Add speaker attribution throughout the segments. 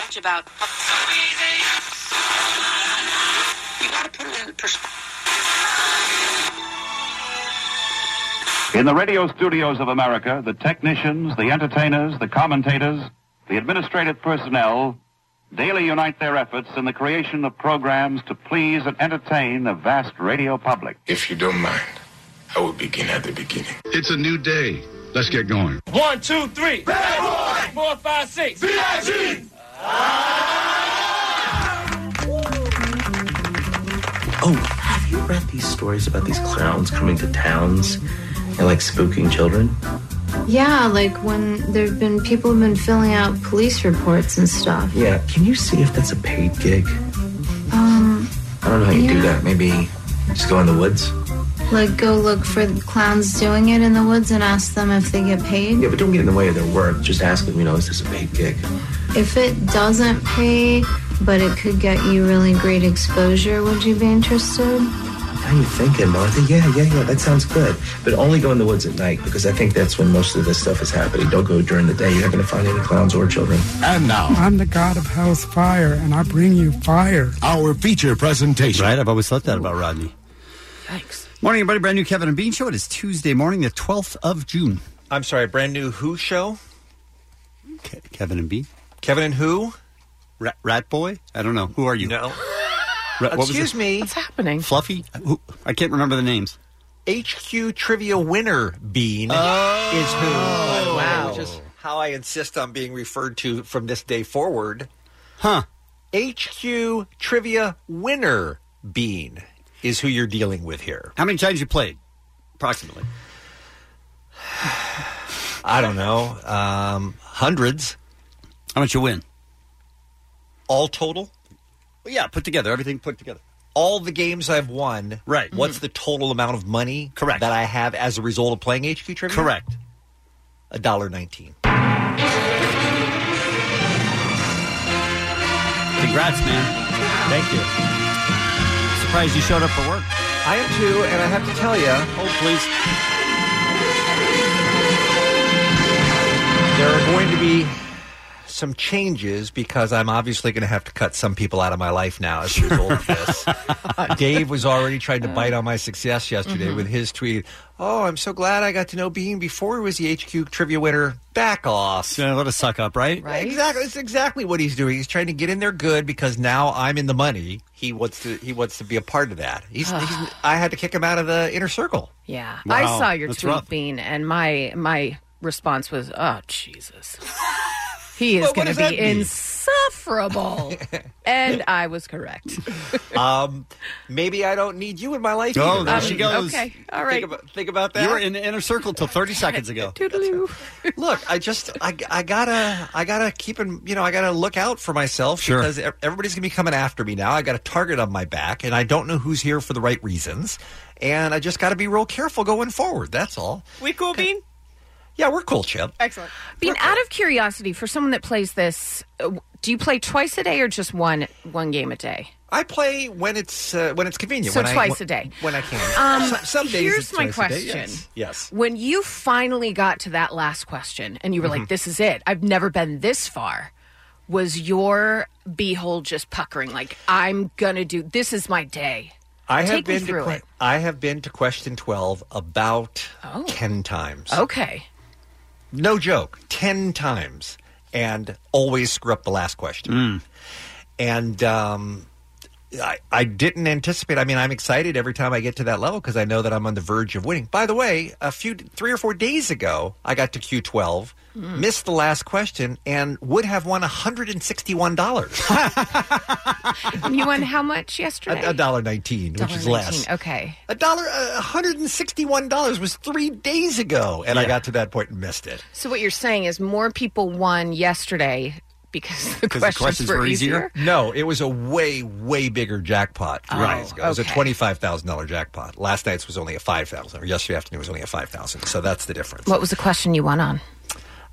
Speaker 1: much about. You gotta put it in perspective.
Speaker 2: In the radio studios of America, the technicians, the entertainers, the commentators, the administrative personnel daily unite their efforts in the creation of programs to please and entertain the vast radio public.
Speaker 3: If you don't mind, I will begin at the beginning.
Speaker 4: It's a new day. Let's get going.
Speaker 5: One, two, three. Bad boy. Four, five, six.
Speaker 3: B.I.G.
Speaker 6: Oh, have you read these stories about these clowns coming to towns and like spooking children?
Speaker 7: Yeah, like when there've been people have been filling out police reports and stuff.
Speaker 6: Yeah. Can you see if that's a paid gig?
Speaker 7: Um,
Speaker 6: I don't know how you do
Speaker 7: Yeah.
Speaker 6: that. Maybe just go in the woods.
Speaker 7: like go look for clowns doing it in the woods and ask them if they get paid.
Speaker 6: Yeah, but don't get in the way of their work. Just ask them, you know, is this a paid gig?
Speaker 7: If it doesn't pay, but it could get you really great exposure, would you be interested?
Speaker 6: How you thinking, Martha? Yeah, yeah, yeah. That sounds good. But only go in the woods at night because I think that's when most of this stuff is happening. Don't go during the day. You're not going to find any clowns or children.
Speaker 4: And now,
Speaker 8: I'm the god of house fire, and I bring you fire.
Speaker 4: our feature presentation.
Speaker 9: Right? I've always thought that about Rodney. Thanks. Morning, everybody. Brand new Kevin and Bean Show. It is Tuesday morning, the 12th of June.
Speaker 10: I'm sorry, brand new Who show?
Speaker 9: Ke- Kevin and Bean?
Speaker 10: Kevin and Who?
Speaker 9: Rat, Rat Boy? I don't know. Who are you?
Speaker 10: No.
Speaker 9: Ra- what was
Speaker 10: Excuse
Speaker 9: it?
Speaker 10: me.
Speaker 11: happening?
Speaker 9: Fluffy? Who- I can't remember the names.
Speaker 10: HQ trivia winner Bean is
Speaker 9: Oh!
Speaker 10: Who. Wow. Which is how I insist on being referred to from this day forward.
Speaker 9: Huh.
Speaker 10: HQ trivia winner Bean is who you're dealing with here.
Speaker 9: How many times you played? Approximately.
Speaker 10: I don't know. Um, hundreds
Speaker 9: How much you win?
Speaker 10: all total.
Speaker 9: Well, yeah, put together. Everything put together.
Speaker 10: All the games I've won.
Speaker 9: Right.
Speaker 10: What's the total amount of money
Speaker 9: Correct.
Speaker 10: that I have as a result of playing HQ trivia?
Speaker 9: Correct.
Speaker 10: A dollar nineteen.
Speaker 9: Congrats, man.
Speaker 10: Thank you.
Speaker 9: Surprised you showed up for work.
Speaker 10: I am too, and I have to tell you,
Speaker 9: Oh, please.
Speaker 10: there are going to be some changes because I'm obviously going to have to cut some people out of my life now as a result of this. Dave was already trying to bite on my success yesterday with his tweet. Oh, I'm so glad I got to know Bean before he was the HQ trivia winner. Back off.
Speaker 9: Yeah, what a suck up, right?
Speaker 11: Right.
Speaker 10: Exactly, it's exactly what he's doing. He's trying to get in there good because now I'm in the money. He wants to. He wants to be a part of that. He's, he's, I had to kick him out of the inner circle.
Speaker 11: Yeah,
Speaker 9: Wow,
Speaker 11: I saw your
Speaker 9: that's
Speaker 11: tweet,
Speaker 9: rough.
Speaker 11: Bean, and my my response was, "Oh Jesus, he is
Speaker 10: Well, what
Speaker 11: going to
Speaker 10: does that
Speaker 11: be
Speaker 10: mean?
Speaker 11: insufferable," and I was correct.
Speaker 10: Um, maybe I don't need you in my life.
Speaker 9: Oh,
Speaker 10: either. Um,
Speaker 9: there she goes.
Speaker 11: Okay, all
Speaker 10: Think
Speaker 11: right.
Speaker 10: about, think about that.
Speaker 9: You were in the inner circle till 30 seconds ago.
Speaker 11: Toodaloo.
Speaker 10: Look, I just I, I gotta I gotta keep in you know I gotta look out for myself
Speaker 9: Sure.
Speaker 10: because e- everybody's gonna be coming after me now. I got a target on my back, and I don't know who's here for the right reasons. And I just got to be real careful going forward. That's all.
Speaker 11: We cool, Bean?
Speaker 10: Yeah, we're cool, Chip.
Speaker 11: Excellent. Bean, out of curiosity, for someone that plays this, uh, w- do you play twice a day or just one one game a day?
Speaker 10: I play when it's uh, when it's convenient.
Speaker 11: So
Speaker 10: when I-
Speaker 11: twice
Speaker 10: wh-
Speaker 11: a day.
Speaker 10: when I can.
Speaker 11: Um,
Speaker 10: S- some days
Speaker 11: here's
Speaker 10: it's
Speaker 11: my
Speaker 10: twice a day,
Speaker 11: question.
Speaker 10: yes. yes.
Speaker 11: When you finally got to that last question and you were
Speaker 10: Mm-hmm.
Speaker 11: like, this is it, I've never been this far, was your beehole just puckering? Like, I'm going to do this is my day.
Speaker 10: I have
Speaker 11: Take me
Speaker 10: been to
Speaker 11: through
Speaker 10: que-
Speaker 11: it.
Speaker 10: I have been to question twelve about
Speaker 11: Oh.
Speaker 10: ten times.
Speaker 11: Okay.
Speaker 10: no joke, 10 times and always screw up the last question. And um, I, I didn't anticipate. I mean, I'm excited every time I get to that level because I know that I'm on the verge of winning. By the way, a few, three or four days ago, I got to Q12,
Speaker 11: Mm. Hmm.
Speaker 10: missed the last question, and would have won $161.
Speaker 11: And you won how much
Speaker 10: A
Speaker 11: yesterday?
Speaker 10: a dollar nineteen, which is less.
Speaker 11: $1.19. Okay.
Speaker 10: A dollar, uh, $161 was three days ago, and I got to that point and missed it.
Speaker 11: So, what you're saying is more people won yesterday because the questions, were, easier.
Speaker 10: No, it was a way, way bigger jackpot. three
Speaker 11: Oh,
Speaker 10: days ago. It was a
Speaker 11: okay.
Speaker 10: twenty-five thousand dollar jackpot. Last night's was only a five thousand, or yesterday afternoon was only a five thousand. So that's the difference.
Speaker 11: What was the question you won on?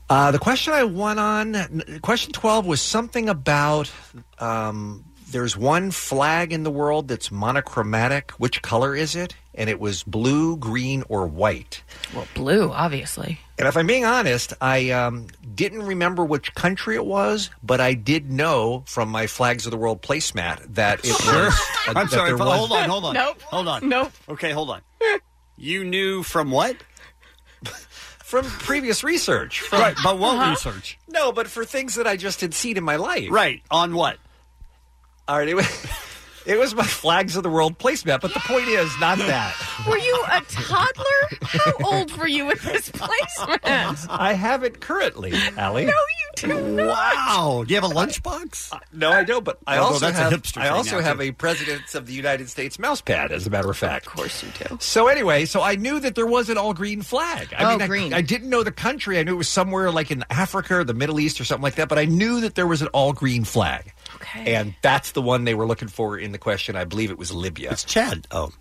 Speaker 10: Uh, the question I won on n- question twelve was something about um, there's one flag in the world that's monochromatic. Which color is it? And it was blue, green, or white.
Speaker 11: Well, blue, obviously.
Speaker 10: And if I'm being honest, I um, didn't remember which country it was, but I did know from my Flags of the World placemat that it was. uh,
Speaker 9: I'm
Speaker 10: that
Speaker 9: sorry.
Speaker 10: there
Speaker 9: but
Speaker 10: was-
Speaker 9: Hold on. Hold on.
Speaker 11: Nope.
Speaker 9: Hold on. Nope. Okay, hold on. You knew from what?
Speaker 10: from previous research. From,
Speaker 9: right, but what
Speaker 10: Uh-huh.
Speaker 9: research?
Speaker 10: No, but for things that I just had seen in my life.
Speaker 9: Right. On what?
Speaker 10: All right. It was, it was my Flags of the World placemat, but the point is not that.
Speaker 11: Were you a toddler? How old were you with this placement?
Speaker 10: I have it currently, Allie. No,
Speaker 11: you do
Speaker 10: not.
Speaker 9: Wow. Do you have a lunchbox?
Speaker 10: no, I don't. But I
Speaker 9: Although
Speaker 10: also
Speaker 9: that's a
Speaker 10: have
Speaker 9: hipster
Speaker 10: I
Speaker 9: thing
Speaker 10: also
Speaker 9: now,
Speaker 10: have
Speaker 9: too.
Speaker 10: a Presidents of the United States mouse pad, as a matter of fact. Of
Speaker 11: course you do.
Speaker 10: So anyway, so I knew that there was an all green flag. I
Speaker 11: Oh,
Speaker 10: mean, I-
Speaker 11: green.
Speaker 10: I, didn't know the country. I knew it was somewhere like in Africa or the Middle East or something like that. But I knew that there was an all green flag. Okay. And that's the one they were looking for in the question. I believe it was Libya. It's
Speaker 9: Chad. Oh.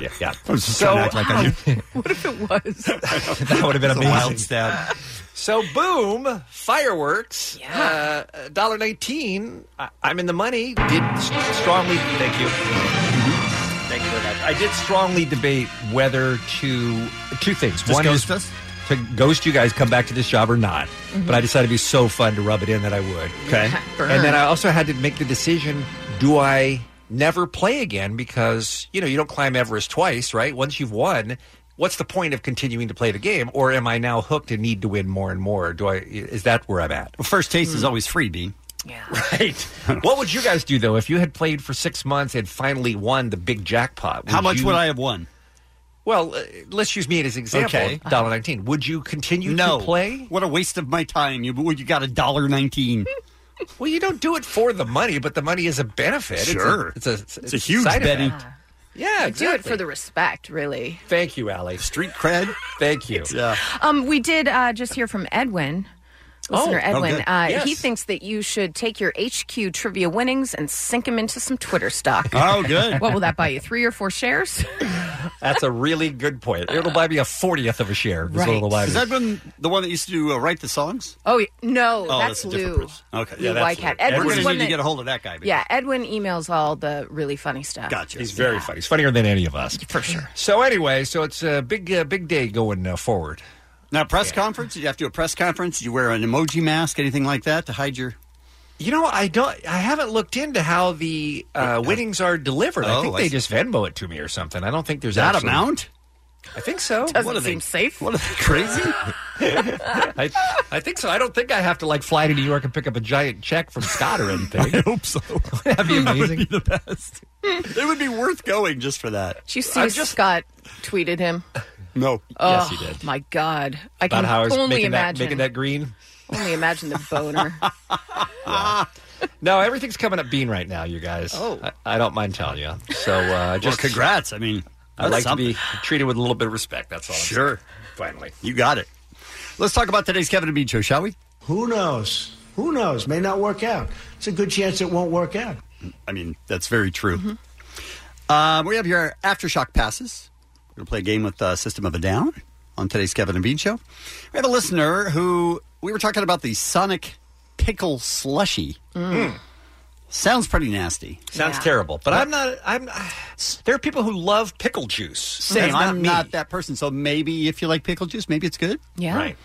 Speaker 10: Yeah, yeah.
Speaker 9: I was just trying to act like I knew.
Speaker 11: What if it was?
Speaker 10: that would have been
Speaker 9: It's a
Speaker 10: amazing.
Speaker 9: wild stab.
Speaker 10: So boom, fireworks. Yeah. Dollar nineteen. I- I'm in the money. Did s- strongly. Thank you. Thank you very much. I did strongly debate whether to two things.
Speaker 9: Just
Speaker 10: One
Speaker 9: ghost
Speaker 10: is to ghost you guys, come back to this job or not.
Speaker 9: Mhm.
Speaker 10: But I decided it'd be so fun to rub it in that I would.
Speaker 9: Okay. Burn.
Speaker 10: And then I also had to make the decision: Do I never play again? Because you know you don't climb Everest twice, right? Once you've won, what's the point of continuing to play the game? Or am I now hooked and need to win more and more? Do I? Is that where I'm at?
Speaker 9: Well, first taste is always free, Bean.
Speaker 10: Right. what would you guys do though if you had played for six months and finally won the big jackpot?
Speaker 9: How much
Speaker 10: you-
Speaker 9: would I have won?
Speaker 10: Well, uh, let's use me as an example. eh?
Speaker 9: Okay.
Speaker 10: Dollar nineteen. Would you continue
Speaker 9: no.
Speaker 10: to play?
Speaker 9: What a waste of my time. You you got a dollar nineteen.
Speaker 10: Well, you don't do it for the money, but the money is a benefit. It's a-
Speaker 9: Sure.
Speaker 10: It's a,
Speaker 9: It's a huge
Speaker 10: side
Speaker 9: Betty.
Speaker 10: effect. Yeah,
Speaker 11: Do it for
Speaker 10: exactly.
Speaker 11: the respect, really.
Speaker 10: Thank you, Allie.
Speaker 9: Street cred. uh,
Speaker 10: Thank you.
Speaker 9: Yeah.
Speaker 11: Um, we did uh, just hear from Edwin. Listener
Speaker 10: Oh, oh,
Speaker 11: Edwin,
Speaker 10: good.
Speaker 11: uh,
Speaker 10: Yes.
Speaker 11: he thinks that you should take your HQ trivia winnings and sink them into some Twitter stock.
Speaker 10: Oh, good.
Speaker 11: What will that buy you? Three or four shares?
Speaker 10: That's a really good point. It'll buy me a fortieth of a share. is what it'll buy me.
Speaker 9: Has that been the one that used to uh, write the songs?
Speaker 11: Oh, yeah. no,
Speaker 9: Oh,
Speaker 11: that's,
Speaker 9: that's a different
Speaker 11: Lou.
Speaker 9: person. Okay,
Speaker 11: Lou Wycat. Edwin's
Speaker 9: We're
Speaker 11: the
Speaker 9: going to
Speaker 11: one
Speaker 9: need to
Speaker 11: that-
Speaker 9: get a hold of that guy.
Speaker 11: Yeah, Edwin emails all the really funny stuff.
Speaker 9: Gotcha.
Speaker 10: He's very funny. He's funnier than any of us,
Speaker 11: for sure.
Speaker 10: So anyway, so it's a big, uh, big day going uh, forward.
Speaker 9: Now, press conference? Did you have to do a press conference? Did you wear an emoji mask, anything like that to hide your.
Speaker 10: You know, I don't. I haven't looked into how the uh, winnings are delivered. I
Speaker 9: Oh,
Speaker 10: think
Speaker 9: I
Speaker 10: they
Speaker 9: see.
Speaker 10: just Venmo it to me or something. I don't think there's
Speaker 9: That
Speaker 10: actually-
Speaker 9: amount?
Speaker 10: I think so.
Speaker 11: Doesn't seem safe.
Speaker 9: What are they crazy?
Speaker 10: I, I think so. I don't think I have to like fly to New York and pick up a giant check from Scott or anything. I
Speaker 9: hope so.
Speaker 10: That'd be amazing.
Speaker 9: it would be worth going just for that.
Speaker 11: Did you see
Speaker 9: I'm just-
Speaker 11: Scott tweeted him?
Speaker 9: No.
Speaker 11: Oh, My God, I can
Speaker 10: About how I was
Speaker 11: only
Speaker 10: making that,
Speaker 11: imagine.
Speaker 10: making that green.
Speaker 11: Only imagine the boner.
Speaker 10: No, everything's coming up bean right now, you guys.
Speaker 11: Oh.
Speaker 10: I, I don't mind telling you. So uh, just
Speaker 9: congrats. I mean,
Speaker 10: I
Speaker 9: that's
Speaker 10: like
Speaker 9: something.
Speaker 10: to be treated with a little bit of respect. That's all. I'm
Speaker 9: Sure.
Speaker 10: Finally.
Speaker 9: You got it. Let's talk about today's Kevin and Bean show, shall we?
Speaker 12: Who knows? Who knows? May not work out. It's a good chance it won't work out.
Speaker 9: I mean, that's very true.
Speaker 10: Mm-hmm.
Speaker 9: Um, we have your aftershock passes. We're going to play a game with uh, System of a Down on today's Kevin and Bean show. We have a listener who we were talking about the Sonic Pickle Slushy.
Speaker 10: Mm.
Speaker 9: Sounds pretty nasty.
Speaker 10: Sounds terrible, but uh, I'm not. I'm. There are people who love pickle juice.
Speaker 9: Same.
Speaker 10: That's
Speaker 9: I'm
Speaker 10: me.
Speaker 9: not that person. So maybe if you like pickle juice, maybe it's good.
Speaker 11: Yeah. Right.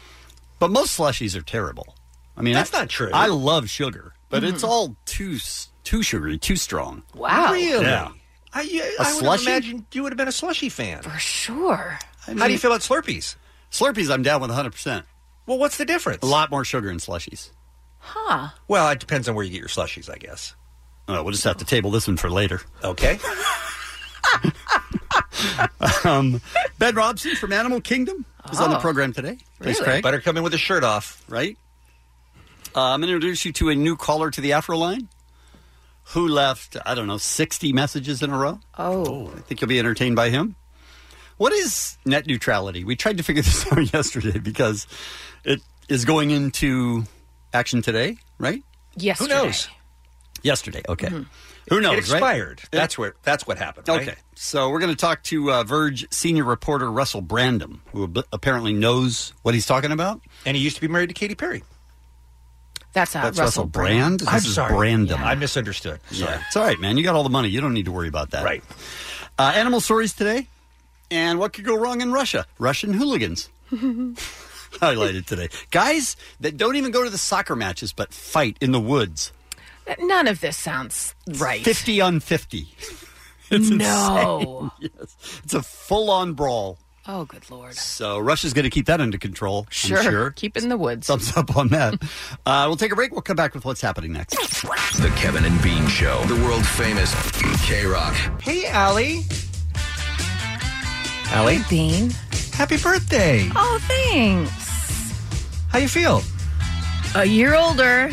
Speaker 9: But most slushies are terrible. I mean,
Speaker 10: That's
Speaker 9: I-
Speaker 10: not true.
Speaker 9: I love sugar, but it's all too s- too sugary, too strong.
Speaker 11: Mm-hmm. Wow.
Speaker 10: Really?
Speaker 9: Yeah.
Speaker 10: I, I, I
Speaker 9: A
Speaker 10: would have
Speaker 9: slushie?
Speaker 10: imagined you would have been a slushy fan.
Speaker 11: For sure.
Speaker 10: How do you feel about Slurpees?
Speaker 9: Slurpees, I'm down with 100%.
Speaker 10: Well, what's the difference?
Speaker 9: A lot more sugar in slushies.
Speaker 11: Huh.
Speaker 10: Well, it depends on where you get your slushies, I guess.
Speaker 9: Uh, we'll just have to table this one for later.
Speaker 10: Okay.
Speaker 9: um, ben Robson from Animal Kingdom is on the
Speaker 10: Oh.
Speaker 9: program today. Thanks,
Speaker 10: Really?
Speaker 9: Craig.
Speaker 10: Better come in with a shirt off.
Speaker 9: Right? Uh, I'm going to introduce you to a new caller to the Afro line who left, I don't know, 60 messages in a row.
Speaker 11: Oh.
Speaker 9: I think you'll be entertained by him. What is net neutrality? We tried to figure this out yesterday because it is going into action today, right?
Speaker 11: yesterday. Mm-hmm.
Speaker 10: Who knows?
Speaker 9: Yesterday. Okay. Who knows?
Speaker 10: It
Speaker 9: right?
Speaker 10: expired. That's where. That's what happened. right?
Speaker 9: Okay. So we're going to talk to uh, Verge senior reporter Russell Brandom, who ab- apparently knows what he's talking about.
Speaker 10: And he used to be married to Katy Perry.
Speaker 11: That's, uh,
Speaker 9: That's Russell, Brand.
Speaker 10: I'm
Speaker 9: this
Speaker 10: sorry.
Speaker 9: is Brandom.
Speaker 10: I misunderstood. Sorry.
Speaker 9: Yeah. It's all right, man. You got all the money. You don't need to worry about that. Right. Uh, animal stories today, and what could go wrong in Russia? Russian hooligans highlighted today. Guys that don't even go to the soccer matches, but fight in the woods.
Speaker 11: None of this sounds right.
Speaker 9: Fifty on fifty. It's
Speaker 11: No.
Speaker 9: insane. Yes. It's a full-on brawl.
Speaker 11: Oh, good lord.
Speaker 9: So Russia's going to keep that under control.
Speaker 11: Sure.
Speaker 9: I'm sure.
Speaker 11: Keep it in the woods.
Speaker 9: Thumbs up on that. uh, we'll take a break. We'll come back with what's happening next.
Speaker 13: The Kevin and Bean Show, the world famous K Rock.
Speaker 10: Hey, Allie.
Speaker 13: Allie?
Speaker 11: Bean.
Speaker 10: Happy birthday.
Speaker 11: Oh, thanks.
Speaker 10: How you feel?
Speaker 11: A year older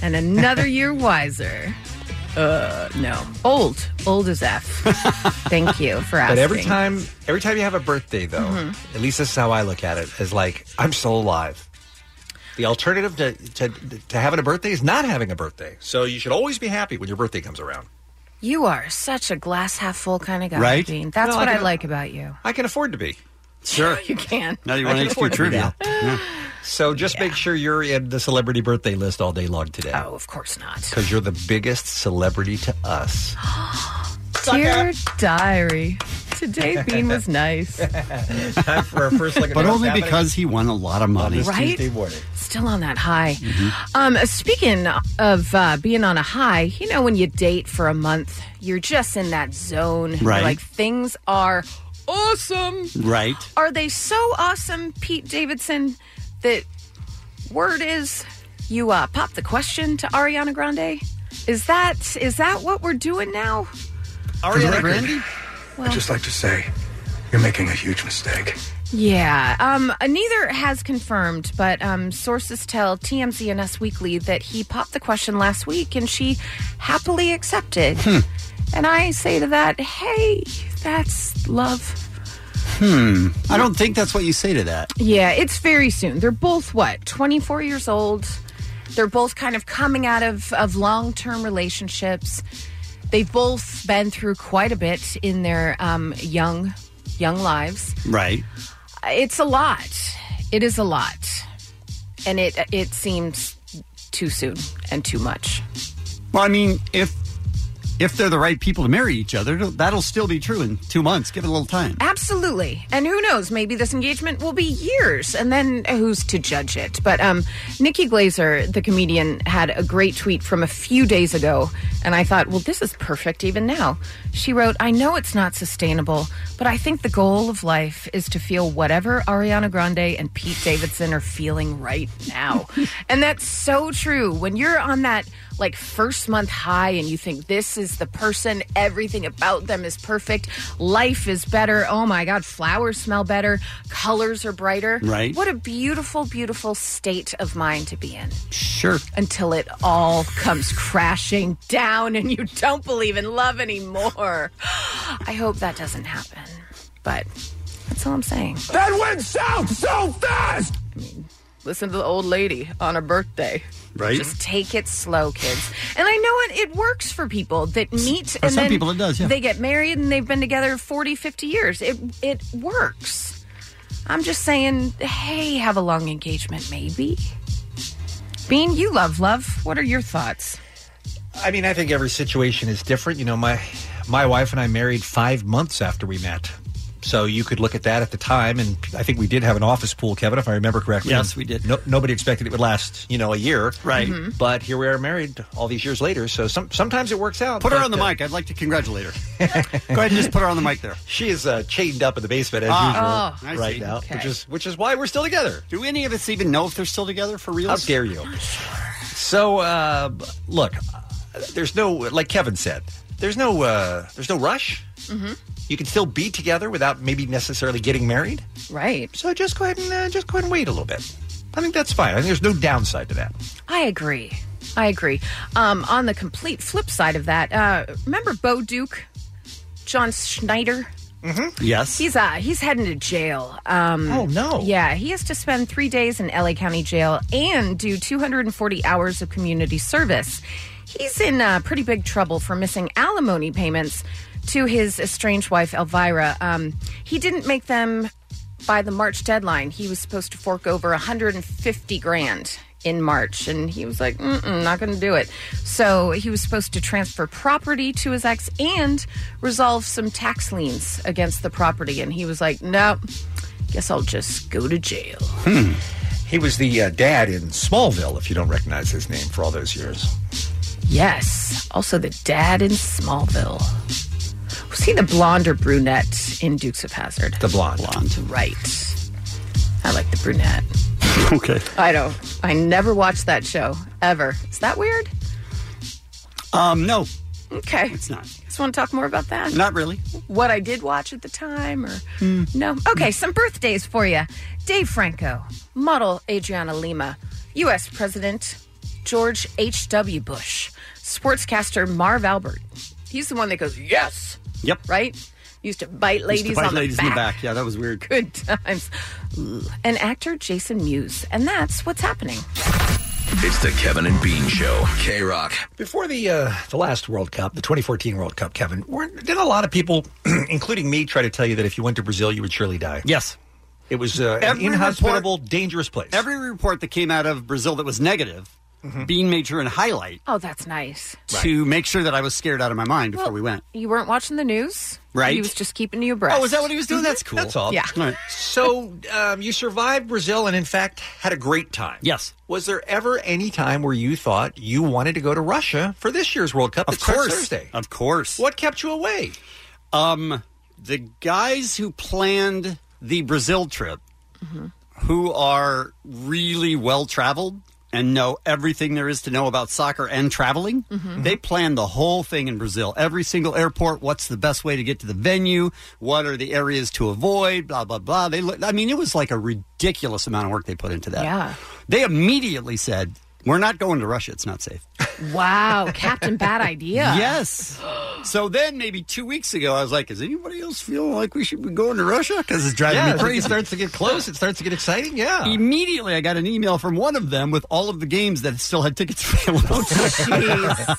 Speaker 11: and another year wiser. Uh, no. Old. Old as F. Thank you for asking.
Speaker 10: But every time, every time you have a birthday, though,
Speaker 11: Mhm.
Speaker 10: at least this is how I look at it: is like I'm still alive. The alternative to, to to having a birthday is not having a birthday. So you should always be happy when your birthday comes around.
Speaker 11: You are such a glass half full kind of guy,
Speaker 10: Right?
Speaker 11: Bean. That's
Speaker 10: Well,
Speaker 11: what
Speaker 10: I
Speaker 11: I,
Speaker 10: do-
Speaker 11: like about you.
Speaker 10: I can afford to be. Sure.
Speaker 11: You can.
Speaker 9: Now
Speaker 10: I
Speaker 9: you want
Speaker 10: can
Speaker 9: H2
Speaker 10: afford to be
Speaker 9: trivia.
Speaker 10: So just make sure you're in the celebrity birthday list all day long today. Oh,
Speaker 11: of course not.
Speaker 10: Because you're the biggest celebrity to us.
Speaker 11: Dear diary, today Bean was nice.
Speaker 10: Time for our first look at
Speaker 9: but
Speaker 10: what's
Speaker 9: only
Speaker 10: happening.
Speaker 9: because he won a lot of money.
Speaker 11: this Right? Tuesday Still on that high. Um, speaking of uh, being on a high, you know, when you date for a month, you're just in that zone. You're
Speaker 9: Right.
Speaker 11: like things are awesome.
Speaker 9: Right.
Speaker 11: Are they so awesome, Pete Davidson, that word is you uh, pop the question to Ariana Grande? Is that is that what we're doing now?
Speaker 2: Ariana Grande?
Speaker 11: Well-
Speaker 2: I'd just like to say, you're making a huge mistake.
Speaker 11: Yeah. Um, uh, neither has confirmed, but um, sources tell TMZ and Us Weekly that he popped the question last week and she happily accepted. And I say to that, hey, that's love.
Speaker 9: Hmm. I don't think that's what you say to that.
Speaker 11: Yeah, it's very soon. They're both, what, 24 years old? They're both kind of coming out of, of long term relationships. They've both been through quite a bit in their um, young, young lives.
Speaker 9: Right.
Speaker 11: It's a lot. It is a lot, and it it seems too soon and too much.
Speaker 9: Well, I mean, if if they're the right people to marry each other, that'll still be true in two months. Give it a little time.
Speaker 11: Absolutely, and who knows? Maybe this engagement will be years, and then who's to judge it? But um, Nikki Glazer, the comedian, had a great tweet from a few days ago, and I thought, well, this is perfect even now. She wrote, "I know it's not sustainable, but I think the goal of life is to feel whatever Ariana Grande and Pete Davidson are feeling right now. and that's so true. When you're on that like first month high and you think this is the person, everything about them is perfect, life is better. Oh my God, flowers smell better, colors are brighter.
Speaker 9: Right.
Speaker 11: What a beautiful, beautiful state of mind to be in
Speaker 9: Sure.
Speaker 11: until it all comes crashing down and you don't believe in love anymore. I hope that doesn't happen. But that's all I'm saying.
Speaker 2: That went south so fast!
Speaker 11: Listen to the old lady on her birthday.
Speaker 9: Right.
Speaker 11: Just take it slow, kids. And I know it, it works for people that meet
Speaker 9: For
Speaker 11: and
Speaker 9: some
Speaker 11: then
Speaker 9: people it does, yeah.
Speaker 11: They get married and they've been together 40, 50 years. It it works. I'm just saying, hey, have a long engagement maybe. Bean, you love love. What are your thoughts?
Speaker 10: I mean, I think every situation is different. You know, my my wife and I married five months after we met, so you could look at that at the time, and I think we did have an office pool, Kevin, if I remember correctly.
Speaker 9: Yes, we did.
Speaker 10: No, nobody expected it would last, you know, a year,
Speaker 9: Right. Mhm.
Speaker 10: But here we are, married all these years later. So some, sometimes it works out.
Speaker 9: Put her
Speaker 10: but,
Speaker 9: on the
Speaker 10: uh,
Speaker 9: mic. I'd like to congratulate her. Go ahead and just put her on the mic there.
Speaker 10: She is uh, chained up in the basement as
Speaker 9: Ah,
Speaker 10: usual
Speaker 9: oh, I
Speaker 10: right
Speaker 9: see.
Speaker 10: now,
Speaker 9: Okay.
Speaker 10: which is which is why we're still together.
Speaker 9: Do any of us even know if they're still together for real?
Speaker 10: How dare you? So, uh, look, uh, there's no like Kevin said. There's no uh, there's no rush.
Speaker 11: Mhm.
Speaker 10: You can still be together without maybe necessarily getting married.
Speaker 11: Right.
Speaker 10: So just go ahead and uh, just go ahead and wait a little bit. I think that's fine. I think there's no downside to that.
Speaker 11: I agree. I agree. Um, on the complete flip side of that, uh, remember Bo Duke, John Schneider?
Speaker 9: Yes.
Speaker 11: He's uh he's heading to jail. Um, oh no! Yeah, he has to spend three days in LA County Jail and do 240 hours of community service. He's in uh, pretty big trouble for missing alimony payments to his estranged wife Elvira. Um, he didn't make them by the March deadline. He was supposed to fork over 150 grand in March, and he was like, Mm-mm, "Not going to do it." So he was supposed to transfer property to his ex and resolve some tax liens against the property, and he was like, "No, guess I'll just go to jail."
Speaker 10: Hmm. He was the uh, dad in Smallville, if you don't recognize his name for all those years.
Speaker 11: Yes. Also, the dad in Smallville. Was he the blonde or brunette in Dukes of Hazard?
Speaker 10: The blonde.
Speaker 11: Right. I like the brunette.
Speaker 9: okay.
Speaker 11: I don't. I never watched that show ever. Is that weird?
Speaker 9: Um, no.
Speaker 11: Okay.
Speaker 9: It's not.
Speaker 11: Just want to talk more about that?
Speaker 9: Not really.
Speaker 11: What I did watch at the time, or
Speaker 9: Hmm.
Speaker 11: no? Okay, some birthdays for you: Dave Franco, model Adriana Lima, U.S. President George H.W. Bush, sportscaster Marv Albert. He's the one that goes, "Yes."
Speaker 9: Yep.
Speaker 11: Right. Used to bite ladies
Speaker 9: Just to bite
Speaker 11: on
Speaker 9: ladies
Speaker 11: the back.
Speaker 9: in the back. Yeah, that was weird.
Speaker 11: Good times. And actor Jason Mewes, and that's what's happening.
Speaker 13: It's the Kevin and Bean Show. K Rock.
Speaker 10: Before the uh, the last World Cup, the 2014 World Cup, Kevin, weren't, didn't a lot of people, including me, try to tell you that if you went to Brazil, you would surely die?
Speaker 9: Yes.
Speaker 10: It was uh, an
Speaker 9: Every
Speaker 10: inhospitable, dangerous place. Mm-hmm.
Speaker 9: Every report that came out of Brazil that was negative, Bean made sure and highlight
Speaker 11: Oh, that's nice.
Speaker 9: to make sure that I was scared out of my mind before we went.
Speaker 11: You weren't watching the news,
Speaker 9: Right.
Speaker 11: He was just keeping you abreast. Mm-hmm.
Speaker 9: Oh, is that what he was doing? That's cool.
Speaker 10: That's all.
Speaker 11: Yeah.
Speaker 10: So um, you survived Brazil and, in fact, had a great time. Yes. Was there ever any time where you thought you wanted to go to Russia for this year's World Cup?
Speaker 9: Of
Speaker 10: that starts
Speaker 9: course.
Speaker 10: Thursday.
Speaker 9: Of course.
Speaker 10: What kept you away?
Speaker 9: Um, the guys who planned the Brazil trip,
Speaker 10: Mm-hmm.
Speaker 9: who are really well traveled and know everything there is to know about soccer and traveling,
Speaker 10: Mm-hmm.
Speaker 14: Mhm.
Speaker 9: they planned the whole thing in Brazil. Every single airport, what's the best way to get to the venue? What are the areas to avoid? Blah blah blah. They, look, I mean, it was like a ridiculous amount of work they put into that.
Speaker 11: Yeah.
Speaker 9: They immediately said, "We're not going to Russia. It's not safe."
Speaker 11: Wow, Captain Bad Idea.
Speaker 9: Yes. So then maybe two weeks ago, I was like, is anybody else feeling like we should be going to Russia? Because it's driving
Speaker 10: yeah,
Speaker 9: me
Speaker 10: It
Speaker 9: crazy.
Speaker 10: starts to get close. It starts to get exciting. Yeah.
Speaker 9: Immediately, I got an email from one of them with all of the games that still had tickets
Speaker 10: Oh,
Speaker 9: available.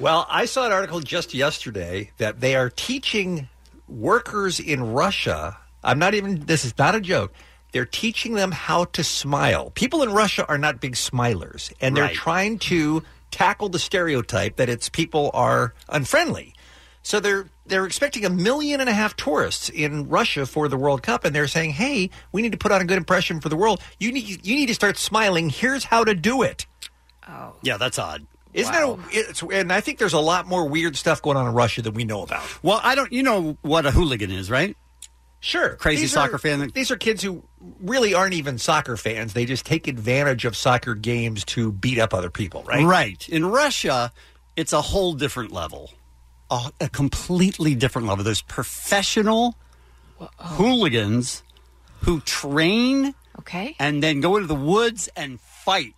Speaker 10: Well, I saw an article just yesterday that they are teaching workers in Russia. I'm not even, this is not a joke. They're teaching them how to smile. People in Russia are not big smilers, and they're
Speaker 9: Right.
Speaker 10: trying to tackle the stereotype that it's people are unfriendly. So they're they're expecting a million and a half tourists in Russia for the World Cup, and they're saying, "Hey, we need to put on a good impression for the world. You need you need to start smiling. Here's how to do it."
Speaker 9: yeah, that's odd.
Speaker 10: Isn't that? A, it's, and I think there's a lot more weird stuff going on in Russia that we know about.
Speaker 9: Well, I don't, you know what a hooligan is, right?
Speaker 10: Sure,
Speaker 9: Crazy
Speaker 10: These
Speaker 9: soccer
Speaker 10: are,
Speaker 9: fan.
Speaker 10: These are kids who really aren't even soccer fans. They just take advantage of soccer games to beat up other people, right?
Speaker 9: Right. In Russia, it's a whole different level, a, a completely different level. There's professional hooligans who train
Speaker 11: Okay.
Speaker 9: and then go into the woods and fight.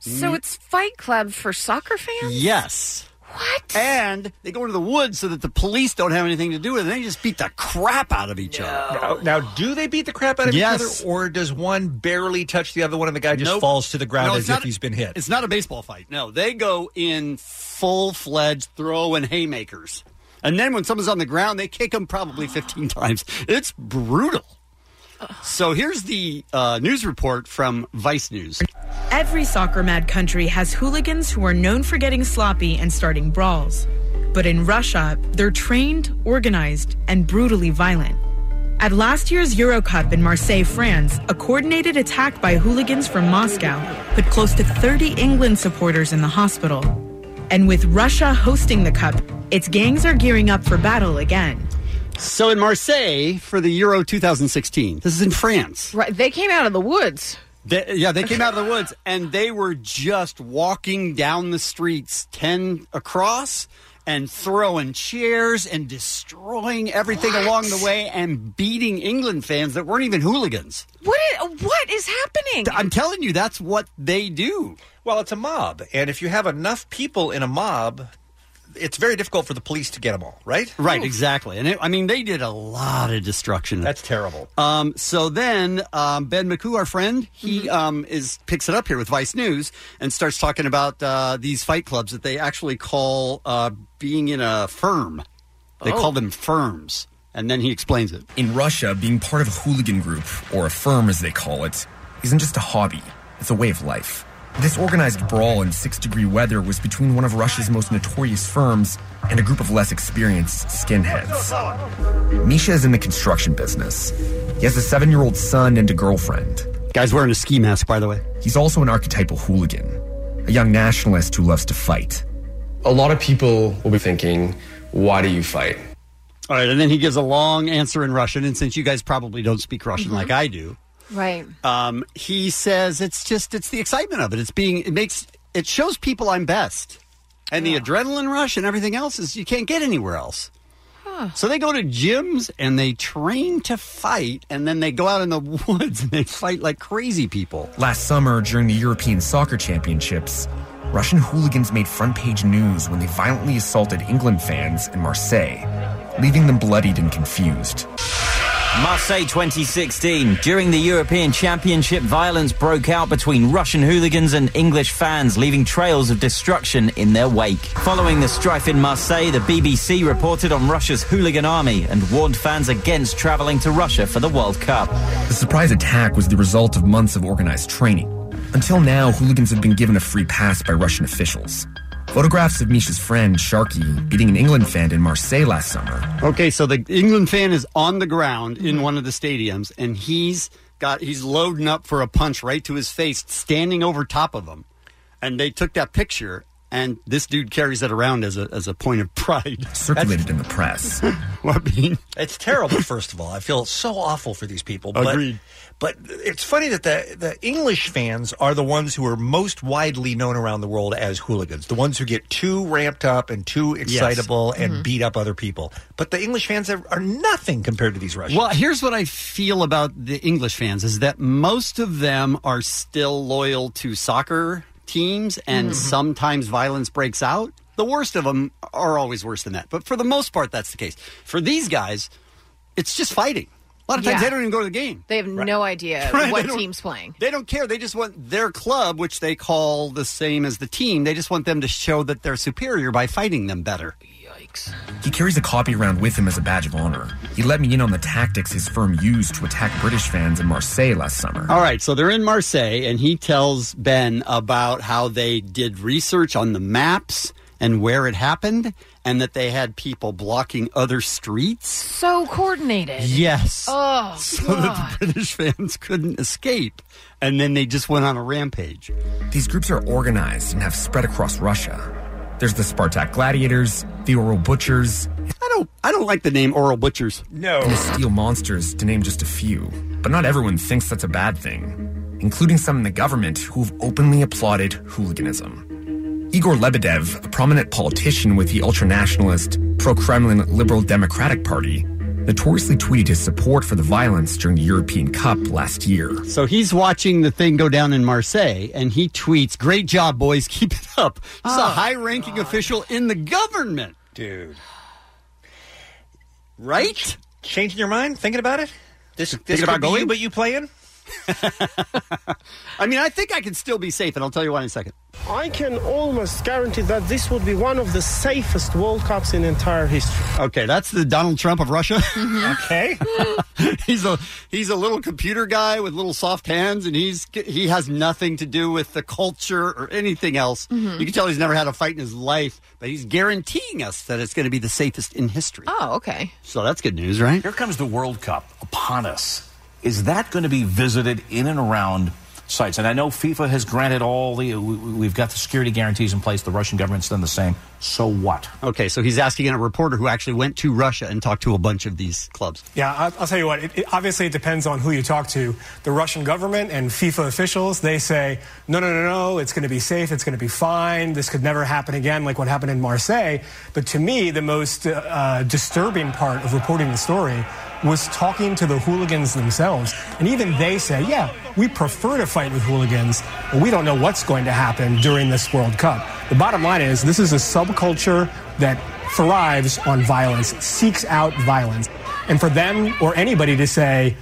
Speaker 9: Mm-hmm.
Speaker 11: So it's Fight Club for soccer fans.
Speaker 9: Yes. What? And they go into the woods so that the police don't have anything to do with it. They just beat the crap out of each other.
Speaker 10: Now, now, do they beat the crap out of
Speaker 9: Yes.
Speaker 10: each other, or does one barely touch the other one and the guy just
Speaker 9: Nope.
Speaker 10: falls to the ground
Speaker 9: No, it's
Speaker 10: as if
Speaker 9: not-
Speaker 10: he's been hit?
Speaker 9: It's not a baseball fight. No, they go in full fledged throw and haymakers. And then when someone's on the ground, they kick them probably 15 times. It's brutal. So here's the uh, news report from Vice News.
Speaker 15: Every soccer mad country has hooligans who are known for getting sloppy and starting brawls. But in Russia, they're trained, organized, and brutally violent. At last year's Euro Cup in Marseille, France, a coordinated attack by hooligans from Moscow put close to 30 England supporters in the hospital. And with Russia hosting the cup, its gangs are gearing up for battle again.
Speaker 9: So in Marseille for the Euro 2016, this is in France.
Speaker 11: Right. They came out of the woods.
Speaker 9: They, yeah, they came out of the woods and they were just walking down the streets 10 across and throwing chairs and destroying everything along the way and beating England fans that weren't even hooligans.
Speaker 11: What? Is, what is happening?
Speaker 9: I'm telling you, that's what they do.
Speaker 10: Well, it's a mob, and if you have enough people in a mob, it's very difficult for the police to get them all, right?
Speaker 9: Right, exactly. And it, I mean, they did a lot of destruction.
Speaker 10: That's terrible.
Speaker 9: Um, so then um, Ben McCoo, our friend, he um, is picks it up here with Vice News and starts talking about uh, these fight clubs that they actually call uh, being in a firm. They
Speaker 13: Oh.
Speaker 9: call them firms, and then he explains it.
Speaker 13: In Russia, being part of a hooligan group, or a firm as they call it, isn't just a hobby, it's a way of life. This organized brawl in six degree weather was between one of Russia's most notorious firms and a group of less experienced skinheads. Misha is in the construction business. He has a seven year old son and a girlfriend.
Speaker 9: Guy's wearing a ski mask, by the way.
Speaker 13: He's also an archetypal hooligan, a young nationalist who loves to fight.
Speaker 14: A lot of people will be thinking, why do you fight?
Speaker 9: All right, and then he gives a long answer in Russian. And since you guys probably don't speak Russian like I do,
Speaker 11: Right.
Speaker 9: um, he says it's just it's the excitement of it. It's being it makes it shows people I'm best, and the adrenaline rush and everything else is you can't get anywhere else. So they go to gyms and they train to fight, and then they go out in the woods and they fight like crazy people.
Speaker 13: Last summer, during the European Soccer Championships, Russian hooligans made front page news when they violently assaulted England fans in Marseille, leaving them bloodied and confused.
Speaker 16: Marseille 2016. During the European Championship, violence broke out between Russian hooligans and English fans, leaving trails of destruction in their wake. Following the strife in Marseille, the BBC reported on Russia's hooligan army and warned fans against travelling to Russia for the World Cup.
Speaker 13: The surprise attack was the result of months of organized training. Until now, hooligans have been given a free pass by Russian officials. Photographs of Misha's friend, Sharky, beating an England fan in Marseille last summer
Speaker 9: Okay, so the England fan is on the ground in one of the stadiums, and he's got he's loading up for a punch right to his face, standing over top of him. And they took that picture, and this dude carries it around as a as a point of pride,
Speaker 13: circulated in the press.
Speaker 9: what being
Speaker 10: It's terrible. First of all, I feel so awful for these people. But,
Speaker 9: Agreed.
Speaker 10: But it's funny that the the English fans are the ones who are most widely known around the world as hooligans, the ones who get too ramped up and too excitable and
Speaker 11: Mm-hmm.
Speaker 9: Mhm.
Speaker 10: beat up other people. But the English fans are, are nothing compared to these Russians.
Speaker 9: Well, here's what I feel about the English fans is that most of them are still loyal to soccer teams, and
Speaker 10: Mhm.
Speaker 9: sometimes violence breaks out. The worst of them are always worse than that, but for the most part, that's the case. For these guys, it's just fighting. A lot of times
Speaker 11: Yeah.
Speaker 9: they don't even go to the game.
Speaker 11: They have no idea
Speaker 9: Right, they
Speaker 11: what
Speaker 9: don't-
Speaker 11: team's playing.
Speaker 9: They don't care. They just want their club, which they call the same as the team. They just want them to show that they're superior by fighting them better.
Speaker 13: He carries a copy around with him as a badge of honor. He let me in on the tactics his firm used to attack British fans in Marseille last summer.
Speaker 9: All right, so they're in Marseille, and he tells Ben about how they did research on the maps and where it happened, and that they had people blocking other streets
Speaker 11: So coordinated.
Speaker 9: Yes.
Speaker 11: Oh,
Speaker 9: so
Speaker 11: God.
Speaker 9: that the British fans couldn't escape. And then they just went on a rampage.
Speaker 13: These groups are organized and have spread across Russia. There's the Spartak Gladiators, the Oral Butchers.
Speaker 9: I don't I don't like the name Oral Butchers.
Speaker 10: No.
Speaker 13: And the Steel Monsters, to name just a few. But not everyone thinks that's a bad thing, including some in the government who have openly applauded hooliganism. Igor Lebedev, a prominent politician with the ultranationalist, pro Kremlin Liberal Democratic Party, notoriously tweeted his support for the violence during the European Cup last year.
Speaker 9: So he's watching the thing go down in Marseille, and he tweets, Great job, boys. Keep it up. This is
Speaker 10: Oh,
Speaker 9: a high ranking official in the government.
Speaker 10: Dude.
Speaker 9: Right?
Speaker 10: Changing your mind? Thinking about it? This, this
Speaker 9: Thinking about
Speaker 10: could be you,
Speaker 9: going?
Speaker 10: but you playing?
Speaker 9: I mean, I think I can still be safe, and I'll tell you why in a second.
Speaker 17: I can almost guarantee that this would be one of the safest World Cups in entire history.
Speaker 9: Okay, that's the Donald Trump of Russia.
Speaker 10: okay,
Speaker 9: he's a he's a little computer guy with little soft hands, and he's he has nothing to do with the culture or anything else.
Speaker 11: Mhm.
Speaker 9: You can tell he's never had a fight in his life, but he's guaranteeing us that it's going to be the safest in history.
Speaker 11: Oh, okay.
Speaker 9: So that's good news, right?
Speaker 18: Here comes the World Cup upon us. Is that going to be visited in and around sites? And I know FIFA has granted all the. we- We've got the security guarantees in place. The Russian government's done the same. So what?
Speaker 9: Okay, so he's asking a reporter who actually went to Russia and talked to a bunch of these clubs.
Speaker 19: Yeah, I- I'll tell you what. It, it, obviously, it depends on who you talk to. The Russian government and FIFA officials they say, no, no, no, no. It's going to be safe. It's going to be fine. This could never happen again, like what happened in Marseille. But to me, the most uh, uh, disturbing part of reporting the story was talking to the hooligans themselves. And even they say, yeah, we prefer to fight with hooligans, but we don't know what's going to happen during this World Cup. The bottom line is this is a subculture that thrives on violence, seeks out violence. And for them or anybody to say,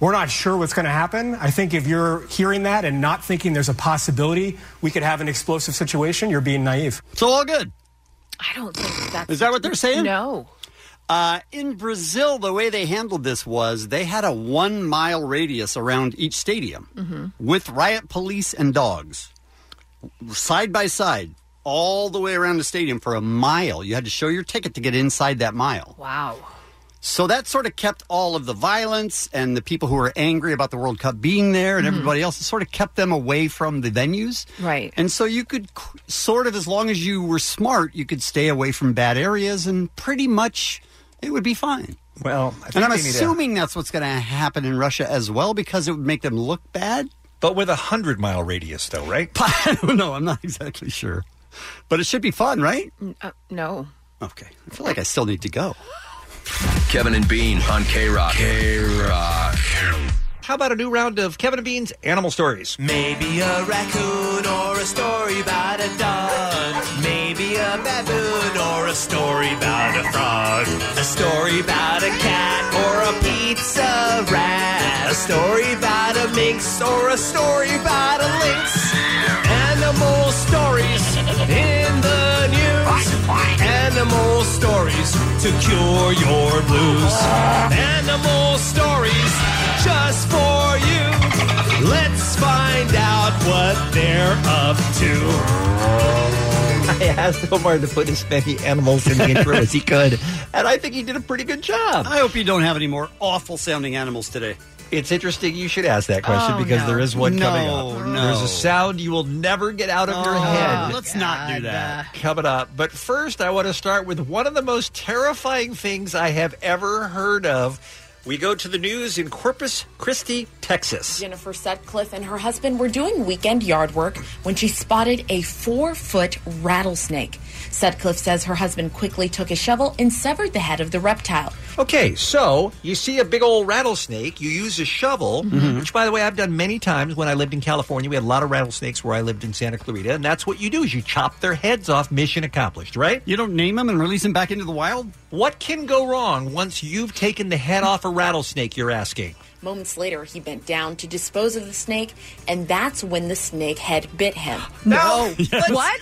Speaker 19: we're not sure what's going to happen. I think if you're hearing that and not thinking there's a possibility we could have an explosive situation, you're being naive.
Speaker 9: It's all good.
Speaker 11: I don't think that's.
Speaker 9: Is that what they're saying?
Speaker 11: No.
Speaker 9: Uh, in Brazil, the way they handled this was they had a one mile radius around each stadium
Speaker 11: Mhm.
Speaker 9: with riot police and dogs side by side all the way around the stadium for a mile. You had to show your ticket to get inside that mile.
Speaker 11: Wow.
Speaker 9: So that sort of kept all of the violence and the people who were angry about the World Cup being there
Speaker 11: Mm-hmm.
Speaker 9: and everybody else. It sort of kept them away from the venues.
Speaker 11: Right.
Speaker 9: And so you could c- sort of, as long as you were smart, you could stay away from bad areas and pretty much it would be fine.
Speaker 10: Well, I think
Speaker 9: and I'm
Speaker 10: they need to-
Speaker 9: assuming that's what's going to happen in Russia as well because it would make them look bad.
Speaker 10: But with a hundred mile radius, though, right?
Speaker 9: I don't know. I'm not exactly sure. But it should be fun, right?
Speaker 11: Uh, no.
Speaker 9: Okay. I feel like I still need to go.
Speaker 20: Kevin and Bean on K Rock. K Rock.
Speaker 10: How about a new round of Kevin and Bean's Animal Stories?
Speaker 6: Maybe a raccoon or a story about a dog. Maybe a baboon or a story about a frog. A story about a cat or a pizza rat. A story about a minx or a story about a lynx. Animal stories in the news. Animal stories to cure your blues. Animal stories just for you. Let's find out what they're up to.
Speaker 10: I asked Omar to put as many animals in the intro as he could, and I think he did a pretty good job.
Speaker 9: I hope you don't have any more awful sounding animals today.
Speaker 10: It's interesting you should ask that question
Speaker 9: Oh,
Speaker 10: because
Speaker 9: no.
Speaker 10: there is one coming
Speaker 9: No,
Speaker 10: up.
Speaker 9: Oh, no.
Speaker 10: There's a sound you will never get out of your
Speaker 9: Oh,
Speaker 10: head.
Speaker 9: let's not do that.
Speaker 10: Coming up. But first, I want to start with one of the most terrifying things I have ever heard of. We go to the news in Corpus Christi, Texas.
Speaker 21: Jennifer Sutcliffe and her husband were doing weekend yard work when she spotted a four foot rattlesnake. Sutcliffe says her husband quickly took a shovel and severed the head of the reptile.
Speaker 10: Okay, so you see a big old rattlesnake, you use a shovel,
Speaker 9: Mm-hmm.
Speaker 10: which by the way I've done many times when I lived in California. We had a lot of rattlesnakes where I lived in Santa Clarita, and that's what you do is you chop their heads off, mission accomplished, right?
Speaker 9: You don't name them and release them back into the wild?
Speaker 10: What can go wrong once you've taken the head off a rattlesnake, you're asking?
Speaker 21: Moments later, he bent down to dispose of the snake, and that's when the snake head bit him.
Speaker 10: No!
Speaker 11: What?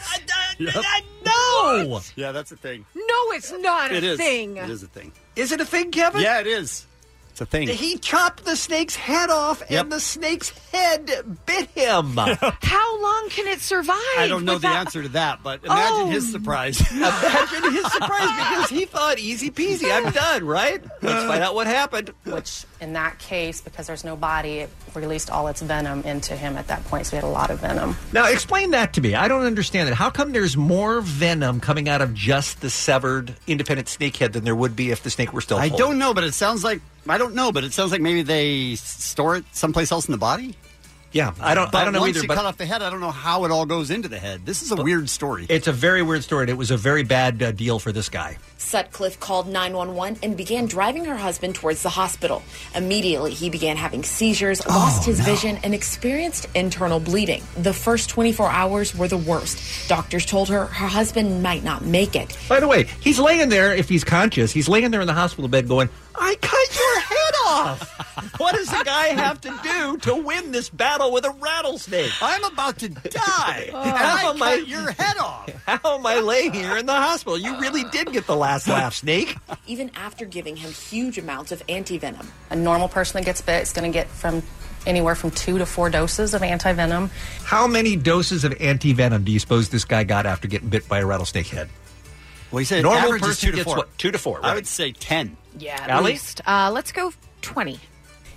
Speaker 10: No!
Speaker 9: Yeah, that's a thing.
Speaker 11: No, it's not
Speaker 9: It
Speaker 11: a
Speaker 9: is.
Speaker 11: thing.
Speaker 9: It is a thing.
Speaker 10: Is it a thing, Kevin?
Speaker 9: Yeah, it is. It's a thing.
Speaker 10: He chopped the snake's head off,
Speaker 9: Yep.
Speaker 10: and the snake's head bit him.
Speaker 11: How long can it survive?
Speaker 9: I don't know the
Speaker 11: without-
Speaker 9: answer to that, but imagine
Speaker 11: Oh.
Speaker 9: his surprise.
Speaker 10: Imagine his surprise because he thought easy peasy, I'm done, right? Let's find out what happened.
Speaker 22: Which, in that case, because there's no body, it released all its venom into him at that point. So he had a lot of venom.
Speaker 10: Now, explain that to me. I don't understand that. How come there's more venom coming out of just the severed independent snake head than there would be if the snake were still
Speaker 9: I
Speaker 10: whole?
Speaker 9: don't know, but it sounds like I don't know, but it sounds like maybe they s- store it someplace else in the body.
Speaker 10: Yeah, I don't.
Speaker 9: But
Speaker 10: I don't know
Speaker 9: once
Speaker 10: either.
Speaker 9: you
Speaker 10: but
Speaker 9: cut off the head, I don't know how it all goes into the head. This is a weird story.
Speaker 10: It's a very weird story. and It was a very bad uh, deal for this guy.
Speaker 21: Sutcliffe called 911 and began driving her husband towards the hospital. Immediately, he began having seizures, lost his vision, and experienced internal bleeding. The first 24 hours were the worst. Doctors told her her husband might not make it.
Speaker 10: By the way, he's laying there. If he's conscious, he's laying there in the hospital bed, going, "I cut your head off." what does the guy have to do to win this battle with a rattlesnake?
Speaker 9: I'm about to die.
Speaker 10: Oh.
Speaker 9: and I
Speaker 10: How
Speaker 9: cut
Speaker 10: am I-
Speaker 9: your head off.
Speaker 10: How am I laying here in the hospital? You really did get the last laugh, snake.
Speaker 21: Even after giving him huge amounts of antivenom,
Speaker 22: A normal person that gets bit is going to get from anywhere from two to four doses of anti venom.
Speaker 10: How many doses of anti venom do you suppose this guy got after getting bit by a rattlesnake head?
Speaker 9: Well, he said
Speaker 10: normal
Speaker 9: average is
Speaker 10: person
Speaker 9: two to
Speaker 10: gets
Speaker 9: four.
Speaker 10: what two to four. Right?
Speaker 9: I would say ten.
Speaker 21: Yeah,
Speaker 10: at Allie?
Speaker 21: least. Uh, let's go 20.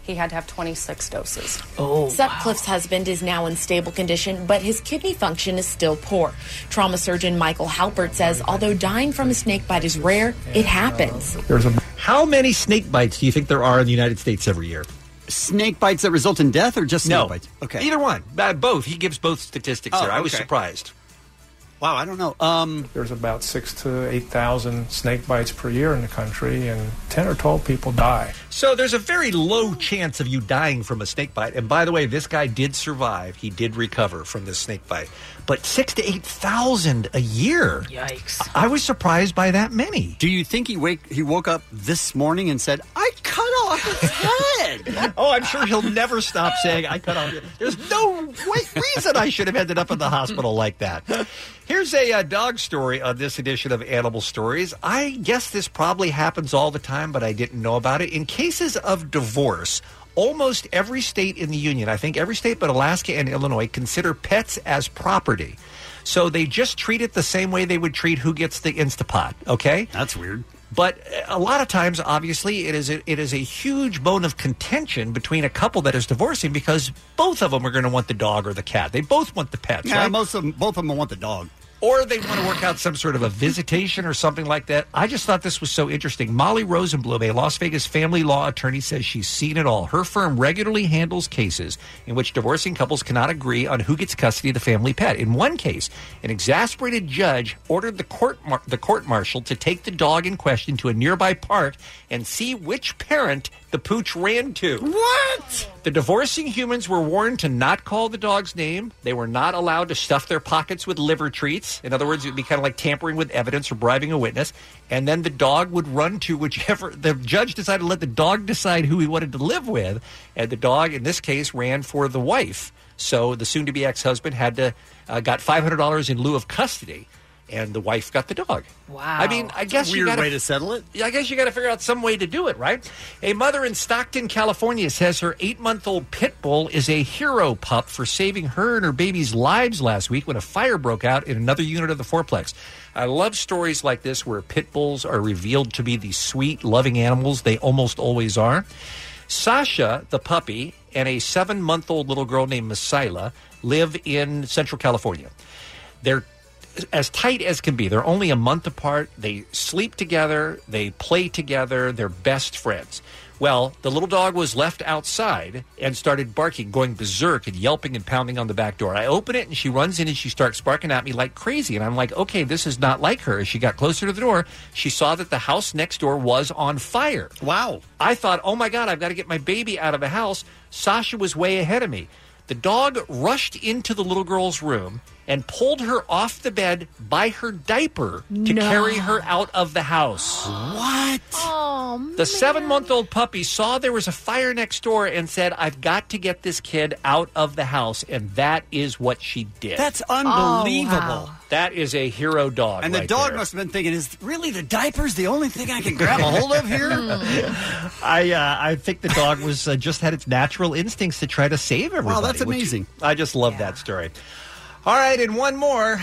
Speaker 22: He had to have 26 doses.
Speaker 21: Oh, Sutcliffe's husband is now in stable condition, but his kidney function is still poor. Trauma surgeon Michael Halpert says although dying from a snake bite is rare, it happens.
Speaker 10: How many snake bites do you think there are in the United States every year?
Speaker 9: Snake bites that result in death, or just snake
Speaker 10: no,
Speaker 9: bites? Okay.
Speaker 10: either one, uh, both. He gives both statistics
Speaker 9: Oh,
Speaker 10: there. I was
Speaker 9: okay.
Speaker 10: surprised.
Speaker 9: Wow, I don't know. Um,
Speaker 23: There's about six to eight thousand snake bites per year in the country, and ten or twelve people die.
Speaker 10: So there's a very low chance of you dying from a snake bite. And by the way, this guy did survive. He did recover from this snake bite. But six to eight thousand a year.
Speaker 15: Yikes!
Speaker 10: I was surprised by that many.
Speaker 9: Do you think he wake he woke up this morning and said, "I cut off his head"?
Speaker 10: oh, I'm sure he'll never stop saying, "I cut off." your-" There's no way, reason I should have ended up in the hospital like that. Here's a uh, dog story on this edition of Animal Stories. I guess this probably happens all the time, but I didn't know about it. In cases of divorce, almost every state in the union, I think every state but Alaska and Illinois, consider pets as property. So they just treat it the same way they would treat who gets the Instapot, okay?
Speaker 9: That's weird.
Speaker 10: But a lot of times, obviously, it is a, it is a huge bone of contention between a couple that is divorcing because both of them are going to want the dog or the cat. They both want the pets.
Speaker 9: Yeah,
Speaker 10: right?
Speaker 9: most of them, both of them want the dog.
Speaker 10: Or they want to work out some sort of a visitation or something like that. I just thought this was so interesting. Molly Rosenblum, a Las Vegas family law attorney, says she's seen it all. Her firm regularly handles cases in which divorcing couples cannot agree on who gets custody of the family pet. In one case, an exasperated judge ordered the court mar- the court martial to take the dog in question to a nearby park and see which parent the pooch ran to.
Speaker 9: What?
Speaker 10: The divorcing humans were warned to not call the dog's name. They were not allowed to stuff their pockets with liver treats. In other words, it would be kind of like tampering with evidence or bribing a witness. And then the dog would run to whichever the judge decided to let the dog decide who he wanted to live with. And the dog, in this case, ran for the wife. So the soon-to-be ex-husband had to uh, got five hundred dollars in lieu of custody, and the wife got the dog.
Speaker 9: Wow.
Speaker 10: I mean, I
Speaker 9: It's a
Speaker 10: guess you
Speaker 9: weird
Speaker 10: gotta,
Speaker 9: way to settle it.
Speaker 10: I guess you got to figure out some way to do it, right? A mother in Stockton, California, says her eight-month-old pit bull is a hero pup for saving her and her baby's lives last week when a fire broke out in another unit of the fourplex. I love stories like this where pit bulls are revealed to be the sweet, loving animals they almost always are. Sasha, the puppy, and a seven-month-old little girl named Missila live in Central California. They're as tight as can be. They're only a month apart. They sleep together. They play together. They're best friends. Well, the little dog was left outside and started barking, going berserk and yelping and pounding on the back door. I open it and she runs in and she starts barking at me like crazy. And I'm like, okay, this is not like her. As she got closer to the door, she saw that the house next door was on fire.
Speaker 9: Wow.
Speaker 10: I thought, oh my God, I've got to get my baby out of the house. Sasha was way ahead of me. The dog rushed into the little girl's room and pulled her off the bed by her diaper to
Speaker 15: No.
Speaker 10: carry her out of the house.
Speaker 9: What?
Speaker 15: Oh,
Speaker 10: The seven month old puppy saw there was a fire next door and said, I've got to get this kid out of the house. And that is what she did.
Speaker 9: That's unbelievable. Oh, wow.
Speaker 10: That is a hero dog.
Speaker 9: And the
Speaker 10: right
Speaker 9: dog
Speaker 10: there.
Speaker 9: must have been thinking, "Is really the diaper's the only thing I can grab a hold of here?"
Speaker 24: Mm.
Speaker 10: I uh, I think the dog was uh, just had its natural instincts to try to save everybody.
Speaker 9: that's
Speaker 10: which-
Speaker 9: amazing.
Speaker 10: I just love that story. All right, and one more.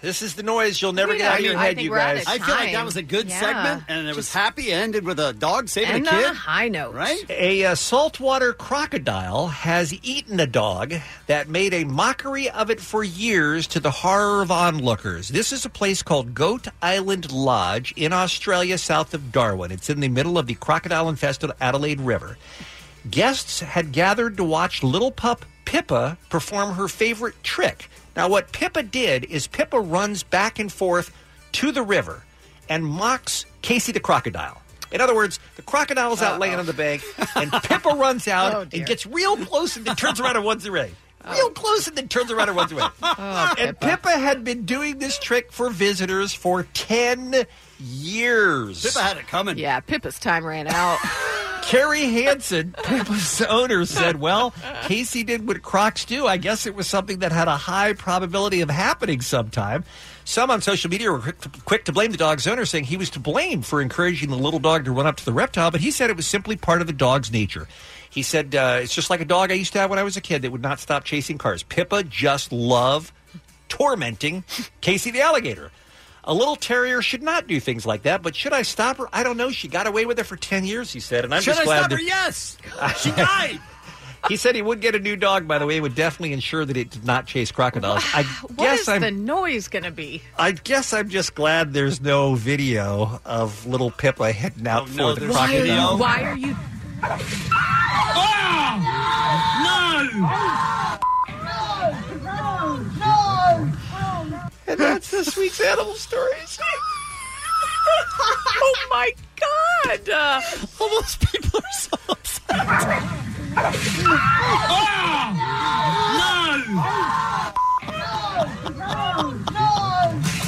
Speaker 10: This is the noise you'll never
Speaker 9: Wait,
Speaker 10: get out
Speaker 9: I
Speaker 10: of your
Speaker 9: mean,
Speaker 10: head, you guys.
Speaker 9: I feel like that was a good
Speaker 11: Yeah.
Speaker 9: segment, and it was happy. It ended with a dog saving
Speaker 11: and
Speaker 9: a
Speaker 11: on
Speaker 9: kid.
Speaker 11: a high note,
Speaker 9: right?
Speaker 10: A uh, saltwater crocodile has eaten a dog that made a mockery of it for years to the horror of onlookers. This is a place called Goat Island Lodge in Australia, south of Darwin. It's in the middle of the crocodile infested Adelaide River. Guests had gathered to watch little pup Pippa perform her favorite trick. Now, what Pippa did is Pippa runs back and forth to the river and mocks Casey the crocodile. In other words, the crocodile's out laying on the bank, and Pippa runs out
Speaker 9: Oh,
Speaker 10: and gets real close and then turns around and runs away. Real close and then turns around and runs away. and Pippa. had been doing this trick for visitors for 10 years.
Speaker 9: Pippa had it coming.
Speaker 11: Yeah, Pippa's time ran out.
Speaker 10: Carrie Hansen, Pippa's owner, said, Well, Casey did what crocs do. I guess it was something that had a high probability of happening sometime. Some on social media were quick to, quick to blame the dog's owner, saying he was to blame for encouraging the little dog to run up to the reptile, but he said it was simply part of the dog's nature. He said, uh, It's just like a dog I used to have when I was a kid that would not stop chasing cars. Pippa just loved tormenting Casey the alligator. A little terrier should not do things like that, but should I stop her? I don't know. She got away with it for 10 years, he said, and I'm
Speaker 9: Should
Speaker 10: just
Speaker 9: I
Speaker 10: glad
Speaker 9: stop
Speaker 10: that-
Speaker 9: her? Yes. She died.
Speaker 10: he said he would get a new dog, by the way. It would definitely ensure that it did not chase crocodiles. I
Speaker 11: What is
Speaker 10: guess I'm
Speaker 11: the noise going to be?
Speaker 10: I guess I'm just glad there's no video of little Pippa heading out for
Speaker 9: Oh,
Speaker 6: Oh,
Speaker 9: no,
Speaker 10: the
Speaker 9: there's
Speaker 10: crocodile.
Speaker 9: video.
Speaker 11: Why are you?
Speaker 6: Ah!
Speaker 9: No.
Speaker 10: And that's this week's animal stories. oh
Speaker 6: my god! Uh,
Speaker 9: all those people are so
Speaker 6: upset.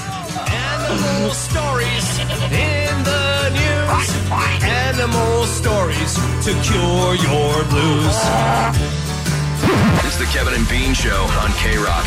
Speaker 6: Animal stories in the news. Animal stories to cure your blues.
Speaker 20: It's the Kevin and Bean Show on K Rock.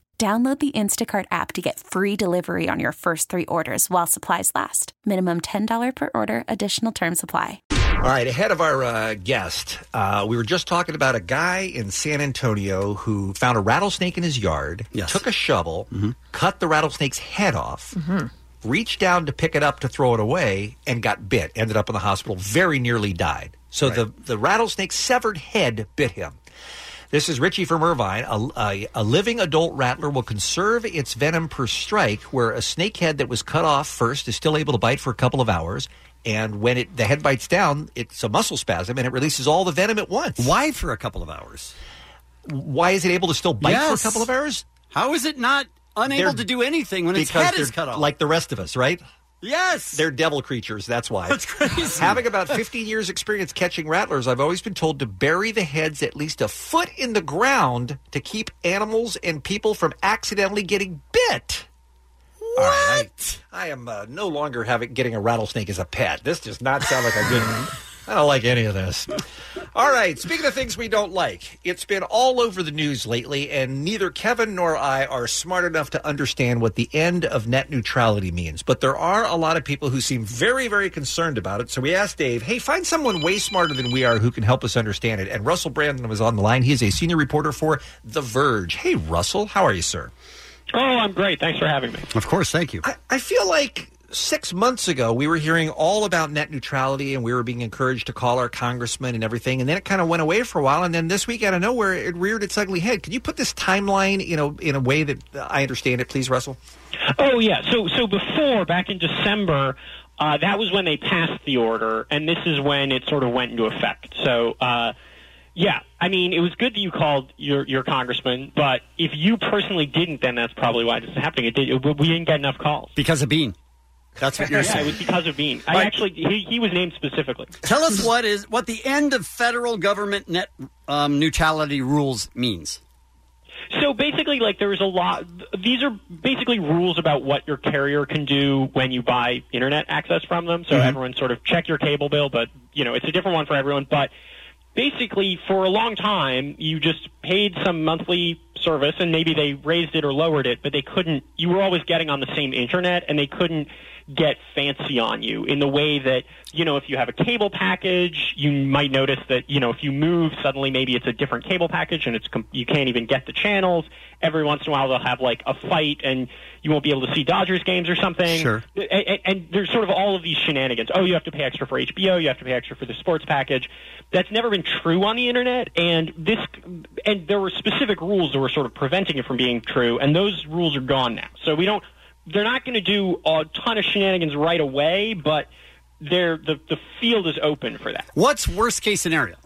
Speaker 25: Download the Instacart app to get free delivery on your first three orders while supplies last. Minimum $10 per order, additional term supply.
Speaker 10: All right, ahead of our uh, guest, uh, we were just talking about a guy in San Antonio who found a rattlesnake in his yard, took a shovel, cut the rattlesnake's head off,
Speaker 11: Mm-hmm.
Speaker 10: reached down to pick it up to throw it away, and got bit. Ended up in the hospital, very nearly died. So the, the rattlesnake's severed head bit him. This is Richie from Irvine. A, a, a living adult rattler will conserve its venom per strike, where a snake head that was cut off first is still able to bite for a couple of hours. And when it the head bites down, it's a muscle spasm and it releases all the venom at once. Why for a couple of hours? Why is it able to still bite for
Speaker 9: Yes.
Speaker 10: a couple of hours?
Speaker 9: How is it not unable
Speaker 10: They're-
Speaker 9: to do anything when its
Speaker 10: Because
Speaker 9: head is
Speaker 10: they're
Speaker 9: cut off?
Speaker 10: Like the rest of us, right?
Speaker 9: Yes.
Speaker 10: They're devil creatures. That's why.
Speaker 9: That's crazy.
Speaker 10: Having about 50 years' experience catching rattlers, I've always been told to bury the heads at least a foot in the ground to keep animals and people from accidentally getting bit. What? I, I am uh, no longer having getting a rattlesnake as a pet. This does not sound like a good. I don't like any of this. All right. Speaking of things we don't like, it's been all over the news lately, and neither Kevin nor I are smart enough to understand what the end of net neutrality means. But there are a lot of people who seem very, very concerned about it. So we asked Dave, hey, find someone way smarter than we are who can help us understand it. And Russell Brandon was on the line. He is a senior reporter for The Verge. Hey, Russell, how are you, sir?
Speaker 24: Oh, I'm great. Thanks for having me.
Speaker 9: Of course. Thank you.
Speaker 10: I feel like six months ago we were hearing all about net neutrality and we were being encouraged to call our congressman and everything and then it kind of went away for a while and then this week out of nowhere it reared its ugly head can you put this timeline in a, in a way that i understand it please russell
Speaker 24: Oh yeah. So so before back in December, uh, that was when they passed the order, and this is when it sort of went into effect. So uh, yeah, I mean it was good that you called your your congressman, but if you personally didn't, then that's probably why this is happening. It did, it, we didn't get enough calls.
Speaker 9: Because of Bean. That's what you're
Speaker 24: yeah,
Speaker 9: saying.
Speaker 24: it was because of Bean. I
Speaker 9: Right.
Speaker 24: actually he, he was named specifically.
Speaker 9: Tell us what is what the end of federal government net um, neutrality rules means.
Speaker 24: So basically, like there is a lot. These are basically rules about what your carrier can do when you buy internet access from them. So
Speaker 8: Mhm.
Speaker 24: everyone sort of check your cable bill, but you know it's a different one for everyone. But basically, for a long time, you just paid some monthly service, and maybe they raised it or lowered it, but they couldn't. You were always getting on the same internet, and they couldn't get fancy on you in the way that you know if you have a cable package you might notice that you know if you move suddenly maybe it's a different cable package and it's com- you can't even get the channels every once in a while they'll have like a fight and you won't be able to see Dodgers games or something
Speaker 9: Sure.
Speaker 24: A- a- and, there's sort of all of these shenanigans oh you have to pay extra for HBO you have to pay extra for the sports package that's never been true on the internet and this and there were specific rules that were sort of preventing it from being true and those rules are gone now so we don't they're not going to do a ton of shenanigans right away, but they're, the the field is open for that.
Speaker 9: What's worst case scenario?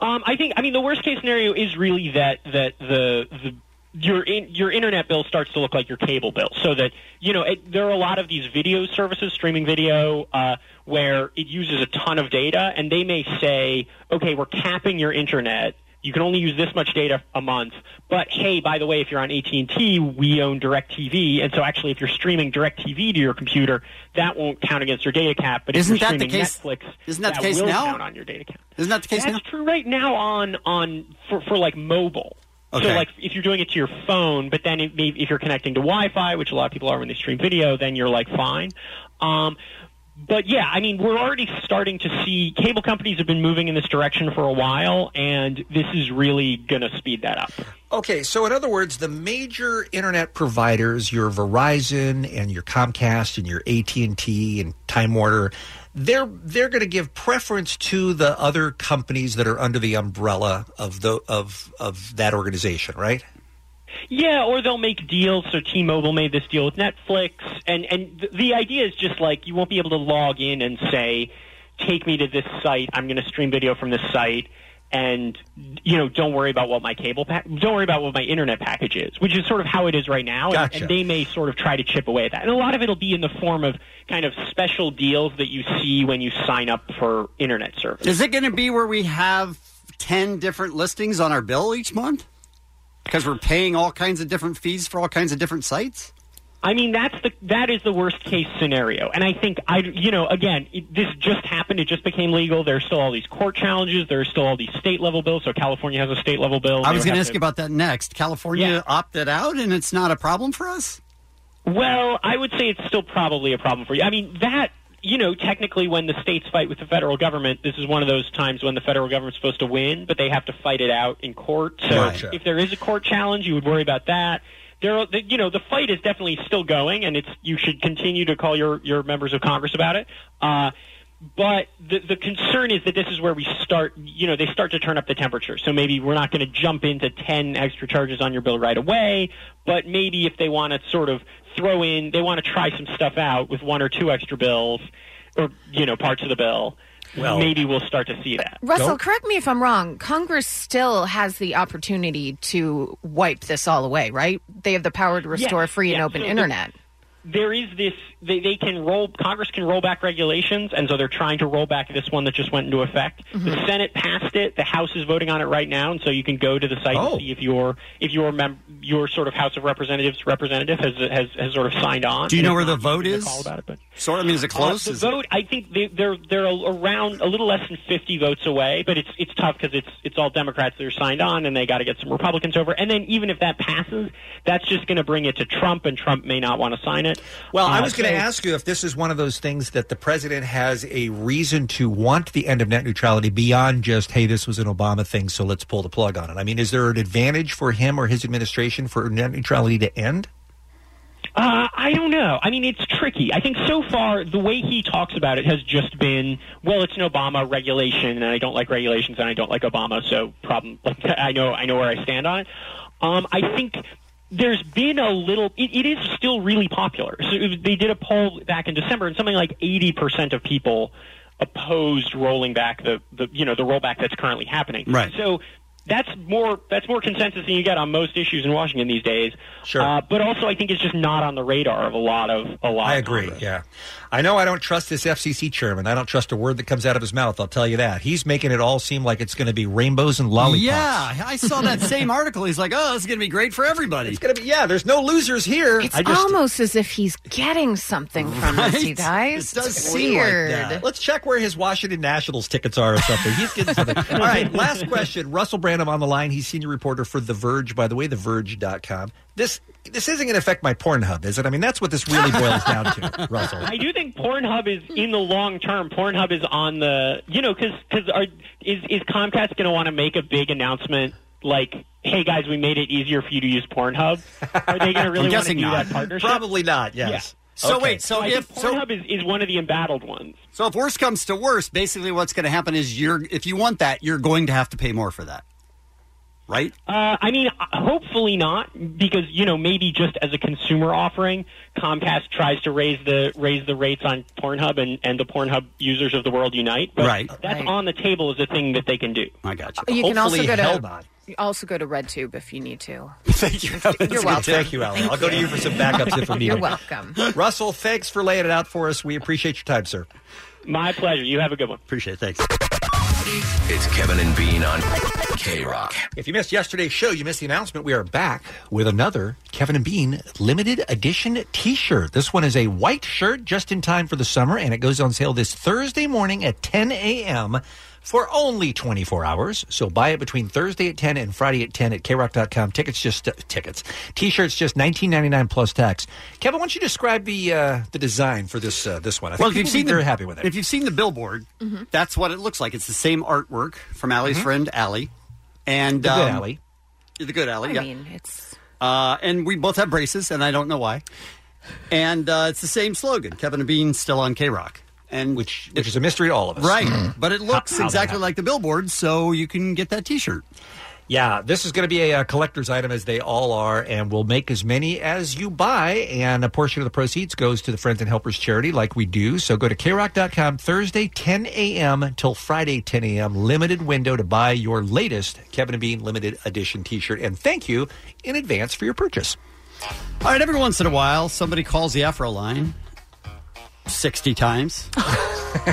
Speaker 24: Um, I think I mean the worst case scenario is really that that the the your in, your internet bill starts to look like your cable bill, so that you know it, there are a lot of these video services, streaming video, uh, where it uses a ton of data, and they may say, okay, we're capping your internet. You can only use this much data a month, but hey, by the way, if you're on AT&T, we own DirecTV, and so actually, if you're streaming DirecTV to your computer, that won't count against your data cap. But
Speaker 9: Isn't
Speaker 24: if you're
Speaker 9: that the
Speaker 24: streaming
Speaker 9: case-
Speaker 24: Netflix,
Speaker 9: isn't that the case
Speaker 24: will
Speaker 9: now?
Speaker 24: count on your data cap.
Speaker 9: Isn't that the case
Speaker 24: That's
Speaker 9: now?
Speaker 24: true right now on on for, for like mobile.
Speaker 9: Okay.
Speaker 24: So like if you're doing it to your phone, but then it may, if you're connecting to Wi-Fi, which a lot of people are when they stream video, then you're like fine. Um, but yeah, I mean, we're already starting to see cable companies have been moving in this direction for a while, and this is really going to speed that up.
Speaker 10: Okay, so in other words, the major internet providers, your Verizon and your Comcast and your AT&T and Time Warner, they're they're going to give preference to the other companies that are under the umbrella of the of of that organization, right?
Speaker 24: Yeah, or they'll make deals. So T-Mobile made this deal with Netflix, and and th- the idea is just like you won't be able to log in and say, "Take me to this site. I'm going to stream video from this site." And you know, don't worry about what my cable pack, don't worry about what my internet package is, which is sort of how it is right now. and-
Speaker 10: Gotcha.
Speaker 24: And, they may sort of try to chip away at that, and a lot of it'll be in the form of kind of special deals that you see when you sign up for internet service.
Speaker 9: Is it going to be where we have 10 different listings on our bill each month? Because we're paying all kinds of different fees for all kinds of different sites?
Speaker 24: I mean, that's the that is the worst case scenario, and I think I you know again it, this just happened. It just became legal. There's still all these court challenges. There's still all these state level bills. So California has a state level bill.
Speaker 9: I
Speaker 24: They
Speaker 9: was
Speaker 24: would
Speaker 9: going to
Speaker 24: have
Speaker 9: ask you about that next. California opted out and it's not a problem for us?
Speaker 24: Well, I would say it's still probably a problem for you. I mean, that, you know, technically when the states fight with the federal government, this is one of those times when the federal government's supposed to win, but they have to fight it out in court. So
Speaker 8: Gotcha.
Speaker 24: if there is a court challenge, you would worry about that. There, are, the, you know, the fight is definitely still going, and it's you should continue to call your, your members of Congress about it. Uh, but the, the concern is that this is where we start, you know, they start to turn up the temperature. So maybe we're not going to jump into 10 extra charges on your bill right away, but maybe if they want to sort of throw in, they want to try some stuff out with one or two extra bills or, you know, parts of the bill,
Speaker 10: Well-
Speaker 24: maybe we'll start to see that.
Speaker 11: Russell, correct me if I'm wrong. Congress still has the opportunity to wipe this all away, right? They have the power to restore
Speaker 24: Yes,
Speaker 11: free and
Speaker 24: yes.
Speaker 11: open
Speaker 24: So the-
Speaker 11: internet.
Speaker 24: there is this they, they can roll congress can roll back regulations and so they're trying to roll back this one that just went into effect the senate passed it the house is voting on it right now and so you can go to the site and see if your if your mem- your sort of house of representatives representative has has, has sort of signed on
Speaker 9: Do you know
Speaker 24: And
Speaker 9: where
Speaker 24: if
Speaker 9: the
Speaker 24: not, you
Speaker 9: vote
Speaker 24: can
Speaker 9: is?
Speaker 24: call about it, but
Speaker 9: Sort I mean, is it close?
Speaker 24: uh, the
Speaker 9: Is-
Speaker 24: vote, I think they, they're they're around a little less than fifty votes away, but it's it's tough because it's it's all Democrats that are signed on, and they got to get some Republicans over. And then even if that passes, that's just going to bring it to Trump, and Trump may not want to sign it.
Speaker 10: Well, I
Speaker 24: Uh,
Speaker 10: was going to
Speaker 24: so-
Speaker 10: ask you if this is one of those things that the president has a reason to want the end of net neutrality beyond just, hey, this was an Obama thing, so let's pull the plug on it. I mean, is there an advantage for him or his administration for net neutrality to end?
Speaker 24: Uh, I don't know. I mean, it's tricky. I think so far the way he talks about it has just been, well, it's an Obama regulation, and I don't like regulations, and I don't like Obama, so problem. Like, I know, I know where I stand on it. Um, I think there's been a little. It, it is still really popular. So it- they did a poll back in December, and something like 80% of people opposed rolling back the, the you know the rollback that's currently happening.
Speaker 9: Right.
Speaker 24: So that's more that's more consensus than you get on most issues in Washington these days. Sure. Uh, but also, I think it's just not on the radar of a lot of a lot.
Speaker 10: I agree. Yeah, I know I don't trust this FCC chairman. I don't trust a word that comes out of his mouth. I'll tell you that. He's making it all seem like it's going to be rainbows and lollipops.
Speaker 9: Yeah, I saw that same article. He's like, oh, this is going to be great for everybody. It's
Speaker 10: going to be, yeah, there's no losers here.
Speaker 11: It's almost as if he's getting something from us, you guys.
Speaker 10: It does
Speaker 11: It's
Speaker 10: seem like
Speaker 11: weird.
Speaker 10: that. Let's check where his Washington Nationals tickets are or something. He's getting something. All right, last question. Russell Branham on the line. He's senior reporter for The Verge, by the way, TheVerge.com. This this isn't going to affect my Pornhub, is it? I mean, that's what this really boils down to, Russell.
Speaker 24: I do think Pornhub is in the long term. Pornhub is on the you know because because is is Comcast going to want to make a big announcement like hey guys we made it easier for you to use Pornhub? Are they going to really want to
Speaker 9: guessing
Speaker 24: do
Speaker 9: not.
Speaker 24: that partnership?
Speaker 10: Probably not.
Speaker 9: yes. So wait, so
Speaker 24: I
Speaker 9: if-
Speaker 24: think
Speaker 9: so-
Speaker 24: Pornhub is, is one of the embattled ones.
Speaker 9: So if worse comes to worse, basically what's going to happen is you're if you want that, you're going to have to pay more for that. Right?
Speaker 24: Uh, I mean, uh, hopefully not, because you know maybe just as a consumer offering, Comcast tries to raise the raise the rates on Pornhub, and, and the Pornhub users of the world unite. But
Speaker 9: Right.
Speaker 24: that's
Speaker 11: Right.
Speaker 24: on the table as a thing that they can do.
Speaker 9: I got
Speaker 11: You can also go to you also go to RedTube if you need to.
Speaker 9: Thank
Speaker 11: you.
Speaker 10: That's
Speaker 11: You're
Speaker 10: good.
Speaker 11: welcome.
Speaker 10: Thank you, Alan. I'll go to you for some backups if we need
Speaker 11: You're
Speaker 10: it.
Speaker 11: welcome.
Speaker 10: Russell, thanks for laying it out for us. We appreciate your time, sir.
Speaker 24: My pleasure. You have a good one.
Speaker 9: Appreciate it. Thanks.
Speaker 20: It's Kevin and Bean on K Rock.
Speaker 10: If you missed yesterday's show, you missed the announcement. We are back with another Kevin and Bean limited edition t shirt. This one is a white shirt just in time for the summer, and it goes on sale this Thursday morning at 10 a.m. for only 24 hours. So buy it between Thursday at 10 and Friday at 10 at krock.com. Tickets just uh, tickets. T-shirts just 19.99 plus tax. Kevin, why don't you describe the uh, the design for this uh, this one? I
Speaker 9: Well, if
Speaker 10: think people
Speaker 9: you've seen
Speaker 10: will be very
Speaker 9: the,
Speaker 10: happy with it.
Speaker 9: If you've seen the billboard,
Speaker 11: Mm-hmm.
Speaker 9: that's what it looks like. It's the same artwork from Allie's
Speaker 10: Mhm.
Speaker 9: friend Allie, and
Speaker 10: The good
Speaker 9: um,
Speaker 10: Allie.
Speaker 9: the good Allie.
Speaker 11: I
Speaker 9: yeah.
Speaker 11: mean, it's
Speaker 9: Uh, and we both have braces, and I don't know why. And uh, it's the same slogan: Kevin and Bean still on K Rock, and which
Speaker 10: which is a mystery to all of us,
Speaker 9: right? but it looks
Speaker 10: how that
Speaker 9: exactly
Speaker 10: happened.
Speaker 9: like the billboard, so you can get that T-shirt.
Speaker 10: Yeah, this is going to be a, uh collector's item as they all are, and we'll make as many as you buy. And a portion of the proceeds goes to the Friends and Helpers charity, like we do. So go to krock.com Thursday, 10 a.m. till Friday, 10 a.m. Limited window to buy your latest Kevin and Bean limited edition t shirt. And thank you in advance for your purchase.
Speaker 9: All right, every once in a while, somebody calls the Afro line 60 times.
Speaker 10: Oh,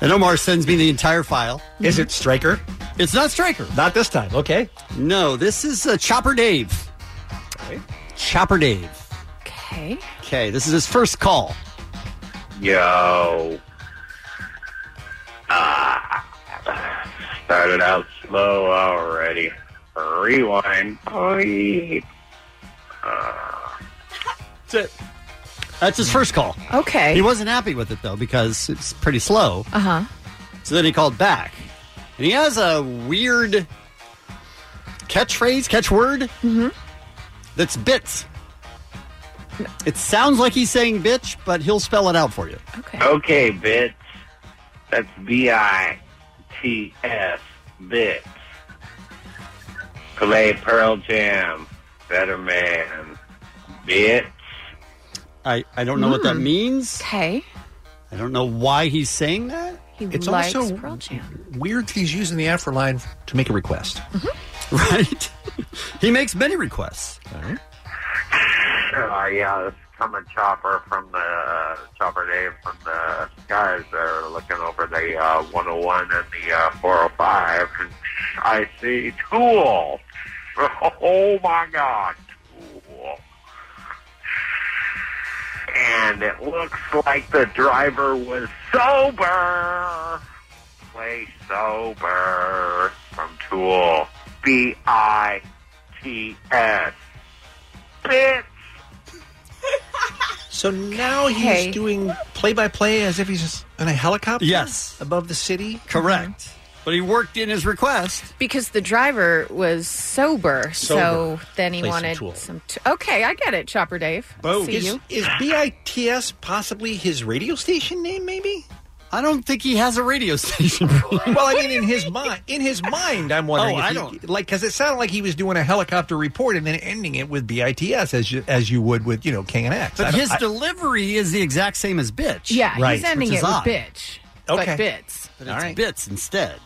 Speaker 9: And Omar sends me the entire file.
Speaker 10: Is it Striker?
Speaker 9: It's not Striker.
Speaker 10: Not this time, okay?
Speaker 9: No, this is uh, Chopper Dave. Chopper Dave.
Speaker 11: okay.
Speaker 9: Okay, this is his first call.
Speaker 8: Yo. Ah. Started out slow already. Rewind. Oi.
Speaker 9: That's it. That's
Speaker 10: Mm.
Speaker 9: his first call.
Speaker 11: Okay.
Speaker 9: He wasn't happy with it, though, because it's pretty slow.
Speaker 11: Uh huh.
Speaker 9: So then he called back. And he has a weird catchphrase, catchword
Speaker 11: Mm-hmm.
Speaker 9: that's bits. It sounds like he's saying bitch, but he'll spell it out for you.
Speaker 8: Okay, bitch. That's B I T S. Bitch. Play Pearl Jam. Better man. Bitch.
Speaker 9: I, I don't know what that
Speaker 8: Mm.
Speaker 9: means.
Speaker 11: Okay.
Speaker 9: I don't know why he's saying that.
Speaker 11: He
Speaker 10: It's likes also- Pearl Weird that he's using the Afro line to make a request.
Speaker 11: Mm-hmm.
Speaker 9: Right? he makes many requests.
Speaker 8: Uh, yeah, this is coming chopper from the uh, chopper Dave from the skies. They're looking over the uh, 101 and the uh, 405. And I see Tool. Oh my God, Tool. And it looks like the driver was sober. Play sober from Tool. B I T S. Bitch.
Speaker 10: So now
Speaker 8: Okay.
Speaker 10: he's doing play by play as if he's in a helicopter?
Speaker 9: Yes.
Speaker 10: Above the city? Mm-hmm.
Speaker 9: Correct. But he worked in his request.
Speaker 11: Because the driver was sober, so
Speaker 10: Sober.
Speaker 11: then he
Speaker 10: Play some
Speaker 11: wanted
Speaker 10: Tool.
Speaker 11: some. T- okay, I get it, Chopper Dave. See
Speaker 10: Is,
Speaker 11: you.
Speaker 10: is BITS possibly his radio station name, maybe?
Speaker 9: I don't think he has a radio station.
Speaker 10: well, I mean, in his mind, in his mind, I'm wondering.
Speaker 9: Oh,
Speaker 10: if
Speaker 9: I
Speaker 10: he-
Speaker 9: don't-
Speaker 10: like because it sounded like he was doing a helicopter report and then ending it with BITS as you as you would with you know K and X. I
Speaker 9: But
Speaker 10: don't-
Speaker 9: his
Speaker 10: I-
Speaker 9: delivery is the exact same as bitch.
Speaker 11: Yeah,
Speaker 10: Right.
Speaker 11: he's ending
Speaker 9: Which
Speaker 11: it
Speaker 9: is
Speaker 11: with
Speaker 9: odd.
Speaker 11: bitch.
Speaker 8: Okay.
Speaker 11: But bits.
Speaker 9: But it's bits instead.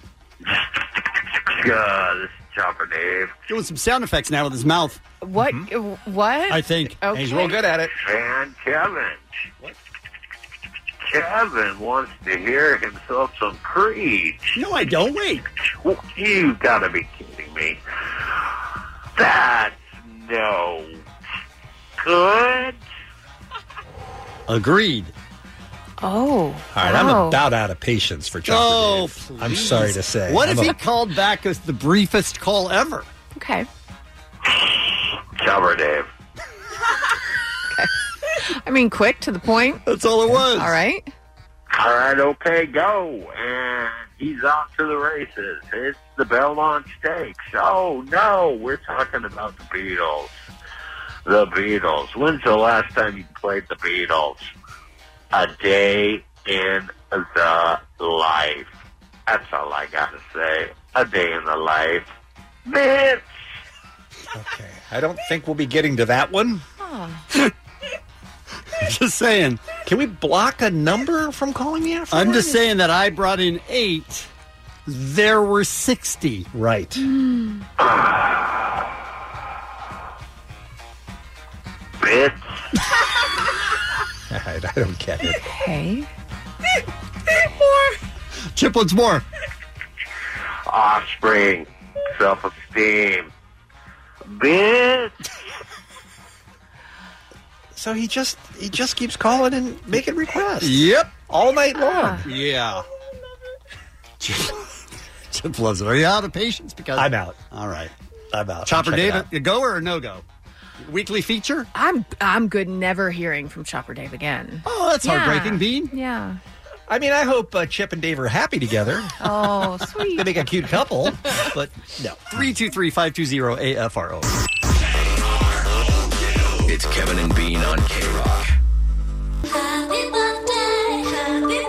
Speaker 8: God, this is Chopper Dave.
Speaker 9: Doing some sound effects now with his mouth.
Speaker 11: What?
Speaker 9: Mm-hmm.
Speaker 11: What?
Speaker 9: I think.
Speaker 8: Okay. He's real good
Speaker 10: at
Speaker 9: Uh,
Speaker 10: it.
Speaker 8: And Kevin. Kevin wants to hear himself some Creed.
Speaker 9: No, I don't. Wait.
Speaker 8: You gotta be kidding me. That's no good.
Speaker 9: Agreed.
Speaker 11: Oh.
Speaker 10: All right, I'm about out of patience for Chopper
Speaker 9: Oh,
Speaker 10: Dave. I'm sorry to say.
Speaker 9: What
Speaker 10: I'm
Speaker 9: if he
Speaker 10: a-
Speaker 9: called back as the briefest call ever?
Speaker 11: Okay.
Speaker 8: Chopper Dave.
Speaker 11: I mean, quick to the point.
Speaker 9: That's all it was.
Speaker 11: All right.
Speaker 8: All right, okay, go. And he's off to the races. It's the Belmont Stakes. Oh, no, we're talking about the Beatles. The Beatles. When's the last time you played the Beatles? A day in the life. That's all I got to say. A day in the life. Bitch.
Speaker 10: I don't think we'll be getting to that one.
Speaker 9: just saying.
Speaker 10: Can we block a number from calling the Afro?
Speaker 9: I'm
Speaker 10: line?
Speaker 9: just saying that I brought in eight. There were 60.
Speaker 10: Right.
Speaker 8: Bitch.
Speaker 10: All right, I don't get it.
Speaker 11: Okay.
Speaker 9: Chip once more.
Speaker 8: Offspring. Self esteem. Bitch.
Speaker 10: So he just he just keeps calling and making requests.
Speaker 9: Yep.
Speaker 10: All night long.
Speaker 9: Yeah. Chip loves it. Are you out of patience? Because I'm out. All right, I'm out. Chopper
Speaker 10: Check it
Speaker 9: David, you go or no go? Weekly feature.
Speaker 11: I'm I'm good never hearing from Chopper Dave again.
Speaker 9: Oh, that's heartbreaking,
Speaker 10: Bean.
Speaker 11: Yeah.
Speaker 10: I mean, I hope uh, Chip and Dave are happy together.
Speaker 11: Oh, sweet.
Speaker 10: they make a cute couple, but
Speaker 9: No. Three two three five two zero AFRO.
Speaker 20: It's Kevin and Bean on K Rock.
Speaker 2: Happy birthday, happy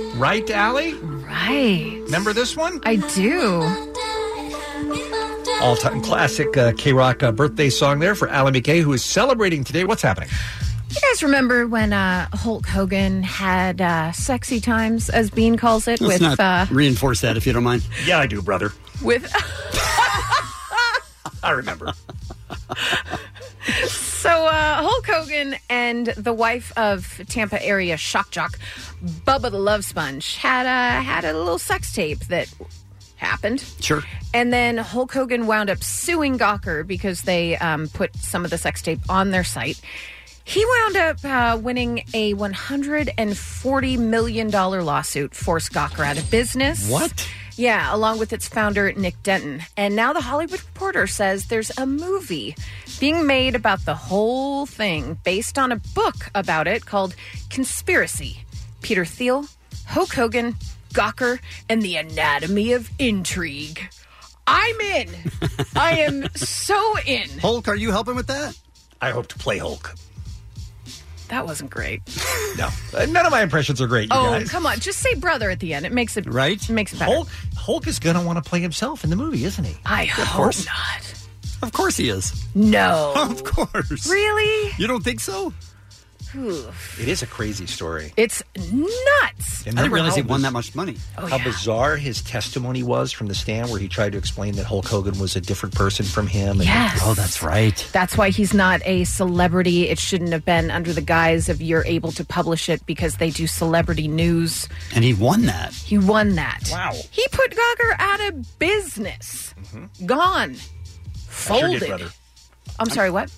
Speaker 2: birthday.
Speaker 10: right, Allie?
Speaker 11: Right.
Speaker 10: Remember this one?
Speaker 11: I do.
Speaker 10: All time classic uh, K Rock uh, birthday song there for Allie McKay, who is celebrating today. What's happening?
Speaker 11: You guys remember when uh, Hulk Hogan had uh, sexy times, as Bean calls it,
Speaker 9: Let's
Speaker 11: with
Speaker 9: not
Speaker 11: uh,
Speaker 9: reinforce that if you don't mind. Yeah, I do, brother.
Speaker 11: with
Speaker 9: I remember.
Speaker 11: So uh, Hulk Hogan and the wife of Tampa area shock jock Bubba the Love Sponge had a had a little sex tape that happened.
Speaker 9: Sure.
Speaker 11: And then Hulk Hogan wound up suing Gawker because they um, put some of the sex tape on their site. He wound up uh, winning a $140 million lawsuit, forced Gawker out of business.
Speaker 2: What?
Speaker 11: Yeah, along with its founder, Nick Denton. And now The Hollywood Reporter says there's a movie being made about the whole thing based on a book about it called Conspiracy Peter Thiel, Hulk Hogan, Gawker, and the Anatomy of Intrigue. I'm in. I am so in.
Speaker 9: Hulk, are you helping with that?
Speaker 10: I hope to play Hulk.
Speaker 11: That wasn't great.
Speaker 10: No, Uh, none of my impressions are great, you
Speaker 11: oh,
Speaker 10: guys.
Speaker 11: come on. Just say brother at the end. It makes it
Speaker 10: Right?
Speaker 11: It makes it better.
Speaker 10: Hulk, Hulk is going to want to play himself in the movie, isn't he?
Speaker 11: I hope
Speaker 10: course.
Speaker 11: not.
Speaker 9: Of course he is.
Speaker 11: No.
Speaker 9: Of course.
Speaker 11: Really?
Speaker 9: You don't think so?
Speaker 11: Oof.
Speaker 10: It is a crazy story.
Speaker 11: It's nuts.
Speaker 10: And remember how biz-
Speaker 9: money.
Speaker 11: Oh,
Speaker 10: how
Speaker 11: yeah.
Speaker 10: bizarre his testimony was from the stand, where he tried to explain that Hulk Hogan was a different person from him.
Speaker 11: Yes. Oh,
Speaker 9: that's right.
Speaker 11: That's why he's not a celebrity. It shouldn't have been under the guise of you're able to publish it because they do celebrity news.
Speaker 9: And he won that.
Speaker 11: He won that.
Speaker 9: Wow.
Speaker 11: He put Gawker out of business.
Speaker 10: Mm-hmm.
Speaker 11: Gone. Folded. I'm sorry, what?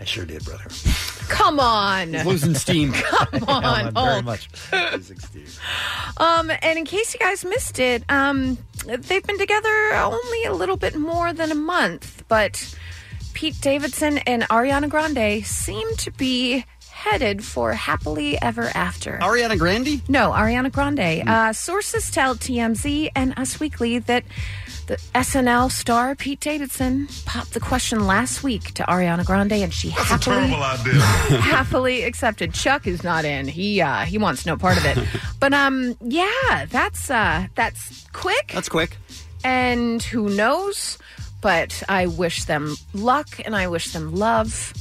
Speaker 10: I sure did, brother.
Speaker 11: Come on.
Speaker 10: Losing steam.
Speaker 11: Come on. Oh.
Speaker 10: I am, very
Speaker 11: Hulk.
Speaker 10: much.
Speaker 11: Um, and in case you guys missed it, um, they've been together only a little bit more than a month, but Pete Davidson and Ariana Grande seem to be headed for happily ever after.
Speaker 9: Ariana Grande?
Speaker 11: No, Ariana Grande. Uh, sources tell TMZ and Us Weekly that the SNL star Pete Davidson popped the question last week to Ariana Grande, and she happily happily accepted. Chuck is not in. He uh, he wants no part of it. But um, yeah, that's uh, that's quick.
Speaker 9: That's quick.
Speaker 11: And who knows? But I wish them luck, and I wish them love,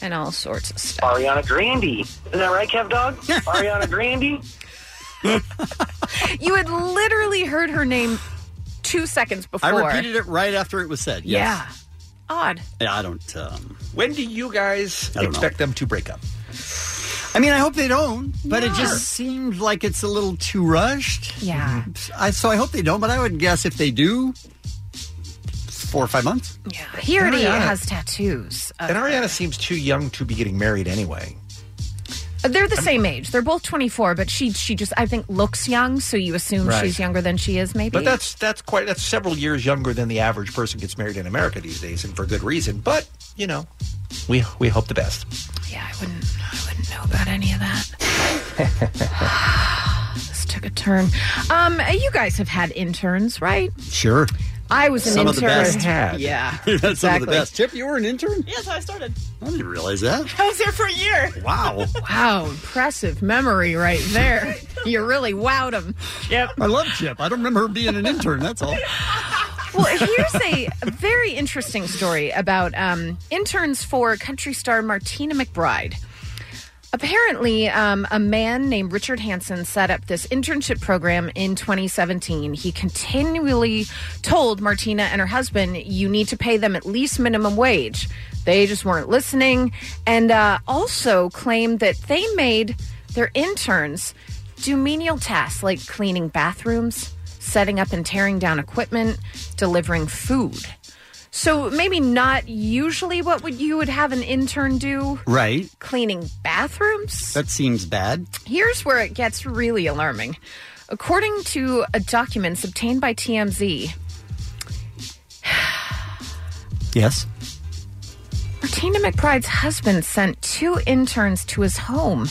Speaker 11: and all sorts of stuff.
Speaker 4: Ariana Grande. Is that right, Kev Dog? Ariana Grande?
Speaker 11: You had literally heard her name two seconds before.
Speaker 9: I repeated it right after it was said.
Speaker 11: Yeah.
Speaker 9: Yes.
Speaker 11: Odd.
Speaker 9: Yeah. I don't. Um,
Speaker 10: when do you guys expect them to break up?
Speaker 9: I mean, I hope they don't, but it
Speaker 11: Yeah.
Speaker 9: just seemed like it's a little too rushed.
Speaker 11: Yeah.
Speaker 9: I, so I hope they don't, but I would guess if they do, four or five months.
Speaker 11: He already
Speaker 10: Ariana-
Speaker 11: has tattoos. Uh, of-
Speaker 10: And Ariana seems too young to be getting married anyway.
Speaker 11: They're the same age. They're both 24, but she she just I think looks young, so you assume
Speaker 10: Right.
Speaker 11: she's younger than she is maybe.
Speaker 10: But that's that's quite that's several years younger than the average person gets married in America these days, and for good reason. But you know, we we hope the best.
Speaker 11: Yeah, I wouldn't I wouldn't know about any of that. this took a turn. Um you guys have had interns, right?
Speaker 9: Sure.
Speaker 11: I was an
Speaker 9: Some of the
Speaker 11: intern.
Speaker 9: best.
Speaker 11: Yeah.
Speaker 9: That's some of the
Speaker 11: exactly.
Speaker 9: best. Chip, you were an intern?
Speaker 26: Yes, I started.
Speaker 9: I didn't realize that.
Speaker 26: I was there for a year.
Speaker 9: Wow.
Speaker 11: Wow, impressive memory right there. you really wowed him. Yep.
Speaker 9: I love Chip. I don't remember her being an intern, that's all.
Speaker 11: Well, here's a very interesting story about um, interns for country star Martina McBride. Apparently, um, a man named Richard Hansen set up this internship program in 2017. He continually told Martina and her husband, you need to pay them at least minimum wage. They just weren't listening. And uh, also claimed that they made their interns do menial tasks like cleaning bathrooms, setting up and tearing down equipment, delivering food. So maybe not usually what would you would have an intern do
Speaker 9: Right.
Speaker 11: cleaning bathrooms?
Speaker 9: That seems bad.
Speaker 11: Here's where it gets really alarming. According to uh, documents obtained by TMZ,
Speaker 9: Yes.
Speaker 11: Martina McBride's husband sent two interns to his home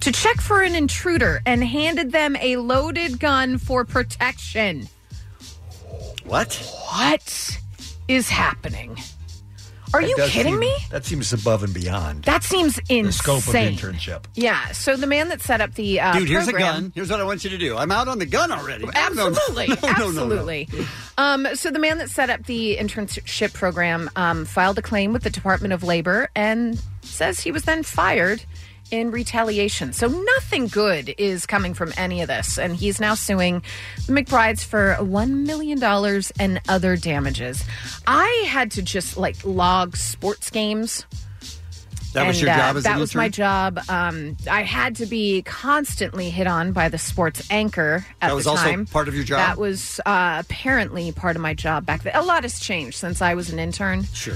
Speaker 11: to check for an intruder and handed them a loaded gun for protection.
Speaker 9: What?
Speaker 11: What is happening? Are
Speaker 10: That
Speaker 11: you
Speaker 10: does
Speaker 11: kidding
Speaker 10: seem-
Speaker 11: me?
Speaker 10: That seems above and beyond
Speaker 11: That seems insane.
Speaker 10: the scope of the internship.
Speaker 11: Yeah. So the man that set up the uh,
Speaker 9: Dude, here's a
Speaker 11: program-
Speaker 9: gun. Here's what I want you to do. I'm out on the gun already.
Speaker 11: Absolutely,
Speaker 9: No, no, no, no, no.
Speaker 11: absolutely. Um, so the man that set up the internship program um, filed a claim with the Department of Labor and says he was then fired in retaliation. So nothing good is coming from any of this, and he's now suing the McBrides for one million dollars and other damages. I had to just like log sports games
Speaker 9: That was
Speaker 11: and,
Speaker 9: your
Speaker 11: uh,
Speaker 9: job as
Speaker 11: that
Speaker 9: an
Speaker 11: was
Speaker 9: intern?
Speaker 11: my job. Um, I had to be constantly hit on by the sports anchor at
Speaker 9: That was
Speaker 11: the
Speaker 9: also
Speaker 11: time.
Speaker 9: part of your job?
Speaker 11: That was uh, apparently part of my job back then. A lot has changed since I was an intern.
Speaker 9: Sure.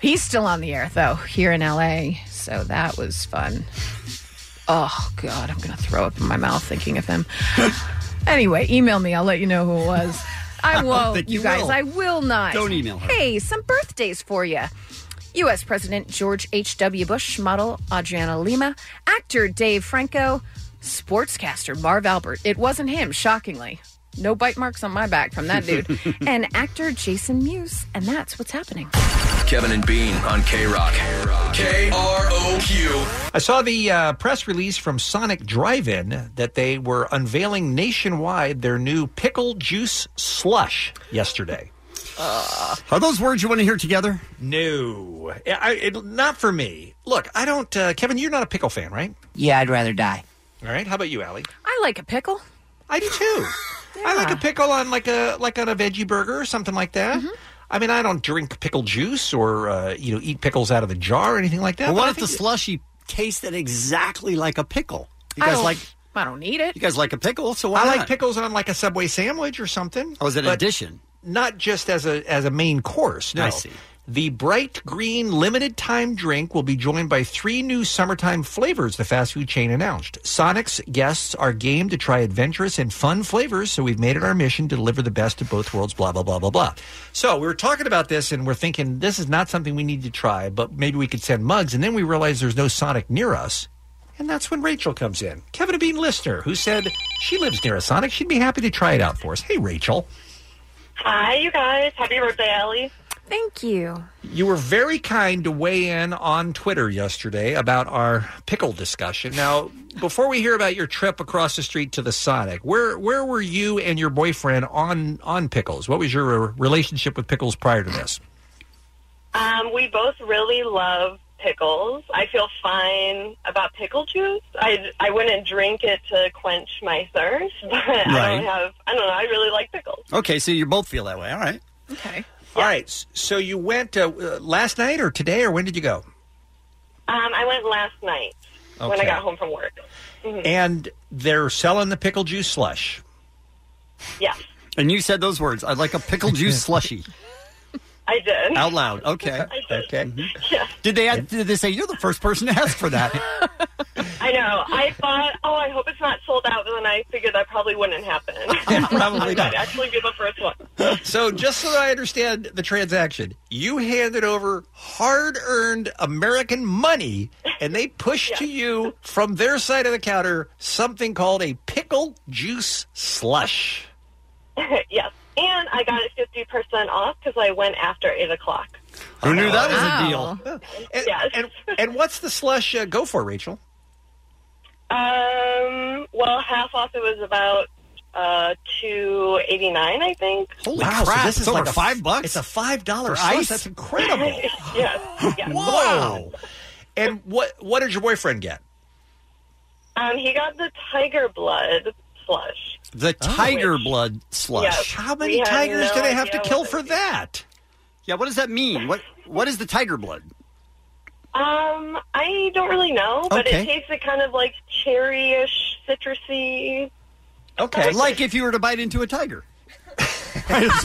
Speaker 11: He's still on the air though here in LA, so that was fun. Oh God, I'm gonna throw up in my mouth thinking of him. anyway, email me. I'll let you know who it was.
Speaker 9: I
Speaker 11: I
Speaker 9: don't
Speaker 11: won't,
Speaker 9: think
Speaker 11: you,
Speaker 9: you
Speaker 11: guys.
Speaker 9: will.
Speaker 11: I will not.
Speaker 9: Don't email her.
Speaker 11: Hey, some birthdays for you. U.S. President George H.W. Bush, model Adriana Lima, actor Dave Franco, sportscaster Marv Albert. It wasn't him, shockingly. No bite marks on my back from that dude. and actor Jason Mewes. And that's what's happening.
Speaker 20: Kevin and Bean on K Rock. K R O Q.
Speaker 10: I saw the uh, press release from Sonic Drive In that they were unveiling nationwide their new pickle juice slush yesterday.
Speaker 9: Are those words you want to hear together?
Speaker 10: No. I- I- it- not for me. Look, I don't. Uh, Kevin, you're not a pickle fan, right?
Speaker 26: Yeah, I'd rather die.
Speaker 10: All right. How about you, Allie?
Speaker 11: I like a pickle.
Speaker 10: I do too. I like a pickle on like a like on a veggie burger or something like that. I mean, I don't drink pickle juice or uh, you know eat pickles out of a jar or anything like that.
Speaker 9: Well,
Speaker 10: but
Speaker 9: what
Speaker 10: I
Speaker 9: if the
Speaker 10: think-
Speaker 9: slushy tasted exactly like a pickle? You
Speaker 10: I
Speaker 9: guys
Speaker 10: don't-
Speaker 9: like
Speaker 11: I don't need it.
Speaker 9: you guys like a pickle, so why
Speaker 10: I like
Speaker 9: not?
Speaker 10: pickles on like a Subway sandwich or something.
Speaker 9: Oh, is it an
Speaker 10: but
Speaker 9: addition?
Speaker 10: Not just as a as a main course. No.
Speaker 9: I see.
Speaker 10: The bright green limited time drink will be joined by three new summertime flavors, the fast food chain announced. Sonic's guests are game to try adventurous and fun flavors, so we've made it our mission to deliver the best of both worlds, blah, blah, blah, blah, blah. So we were talking about this and we're thinking this is not something we need to try, but maybe we could send mugs. And then we realized there's no Sonic near us. And that's when Rachel comes in. Kevin Bean listener who said she lives near a Sonic. She'd be happy to try it out for us. Hey, Rachel.
Speaker 27: Hi, you guys. Happy birthday, Ellie.
Speaker 11: Thank you.
Speaker 10: You were very kind to weigh in on Twitter yesterday about our pickle discussion. Now, before we hear about your trip across the street to the Sonic, where where were you and your boyfriend on on pickles? What was your uh, relationship with pickles prior to this?
Speaker 27: Um, we both really love pickles. I feel fine about pickle juice. I, I wouldn't drink it to quench my thirst, but I
Speaker 9: Right.
Speaker 27: don't have, I don't know, I really like pickles.
Speaker 9: Okay, so you both feel that way. All right.
Speaker 11: Okay.
Speaker 10: All right. s- So you went uh, uh, last night or today or when did you go?
Speaker 27: Um, I went last night when I
Speaker 10: Okay.
Speaker 27: got home from work. Mhm.
Speaker 10: And they're selling the pickle juice slush.
Speaker 27: Yeah,
Speaker 9: And you said those words. I'd like a pickle juice slushy
Speaker 27: I did.
Speaker 9: out loud. Okay. Mm-hmm.
Speaker 10: Okay.
Speaker 9: Did they add, did they say you're the first person to ask for that?
Speaker 27: I know. I thought, oh, I hope it's not sold out, but then I figured that probably wouldn't happen.
Speaker 10: Probably
Speaker 27: I'd
Speaker 10: not.
Speaker 27: actually be the first one.
Speaker 10: so just so I understand the transaction, you handed over hard-earned American money, and they pushed to you from their side of the counter something called a pickle juice slush.
Speaker 27: yes. And I got it 50% off because I went after 8 o'clock.
Speaker 10: Who
Speaker 27: knew that was a Wow. deal?
Speaker 10: And, and, and what's the slush uh, go for, Rachel?
Speaker 27: Um, well, half off it was about uh, 289 I think.
Speaker 9: Holy
Speaker 10: Wow, so
Speaker 9: crap!
Speaker 10: this is
Speaker 9: it's over
Speaker 10: like a-
Speaker 9: five bucks.
Speaker 10: It's a five dollar
Speaker 9: For
Speaker 10: slush.
Speaker 9: ice?
Speaker 10: That's incredible.
Speaker 27: yes.
Speaker 10: Wow. And what what did your boyfriend get?
Speaker 27: Um, he got the tiger blood slush.
Speaker 9: The tiger blood slush.
Speaker 27: Yes.
Speaker 10: How
Speaker 27: We
Speaker 10: many
Speaker 27: have
Speaker 10: tigers
Speaker 27: no
Speaker 10: do they have to
Speaker 27: idea
Speaker 10: kill
Speaker 27: what
Speaker 10: for that?
Speaker 9: Yeah. What does that mean? What What is the tiger blood?
Speaker 27: Um, I don't really know, but
Speaker 9: Okay.
Speaker 27: it tasted kind of like cherry-ish, citrusy.
Speaker 10: Okay.
Speaker 9: Like if you were to bite into a tiger.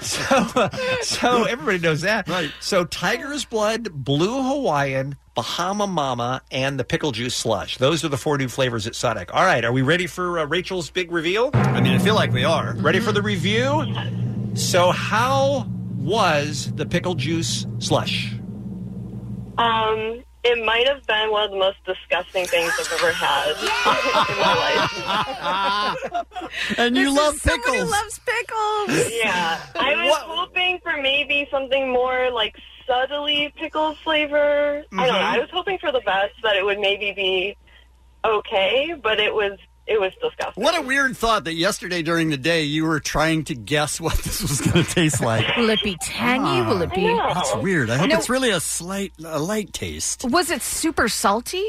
Speaker 10: so, so everybody knows that. Right. So tiger's blood, blue Hawaiian, Bahama Mama, and the pickle juice slush. Those are the four new flavors at Sonic. All right, are we ready for uh, Rachel's big reveal? I mean, I feel like we are. Ready for the review? So, how was the pickle juice slush?
Speaker 27: Um, it might have been one of the most disgusting things I've ever had in my life.
Speaker 9: and
Speaker 11: you love pickles. loves pickles.
Speaker 27: Yeah, I was hoping for maybe something more like subtly pickle flavor. I don't know.
Speaker 10: Mhm.
Speaker 27: I was hoping for the best that it would maybe be okay, but it was it was disgusting.
Speaker 9: What a weird thought that yesterday during the day you were trying to guess what this was going to taste like.
Speaker 11: Will it be tangy?
Speaker 9: Ah.
Speaker 11: Will it be?
Speaker 9: That's weird. I hope
Speaker 11: No.
Speaker 9: it's really a slight, a light taste.
Speaker 11: Was it super salty?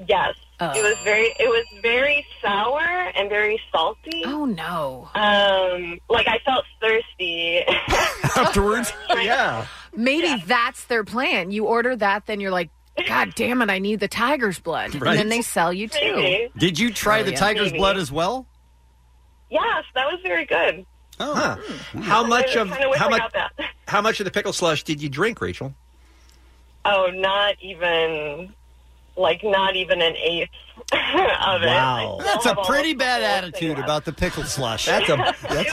Speaker 11: Oh.
Speaker 27: Yes. It was very it was very sour and very salty. Oh
Speaker 11: no.
Speaker 27: Um like I felt thirsty.
Speaker 9: Afterwards? yeah.
Speaker 11: Maybe that's their plan. You order that, then you're like, God damn it, I need the tiger's blood.
Speaker 9: Right.
Speaker 11: And then they sell you two.
Speaker 27: Maybe.
Speaker 9: Did you try the
Speaker 11: Brilliant.
Speaker 9: tiger's
Speaker 11: Maybe.
Speaker 9: blood as well?
Speaker 27: Yes, that was very good.
Speaker 9: Oh.
Speaker 10: How much of
Speaker 27: kinda wish
Speaker 10: how
Speaker 27: I
Speaker 10: much
Speaker 27: got that.
Speaker 10: how much of the pickle slush did you drink, Rachel?
Speaker 27: Oh, not even like not even an eighth of it.
Speaker 9: Wow.
Speaker 27: I
Speaker 9: That's
Speaker 27: still
Speaker 9: a
Speaker 27: have all
Speaker 9: pretty
Speaker 27: the
Speaker 9: bad
Speaker 27: whole thing
Speaker 9: attitude
Speaker 27: left.
Speaker 9: about the pickle slush.
Speaker 10: That's a that's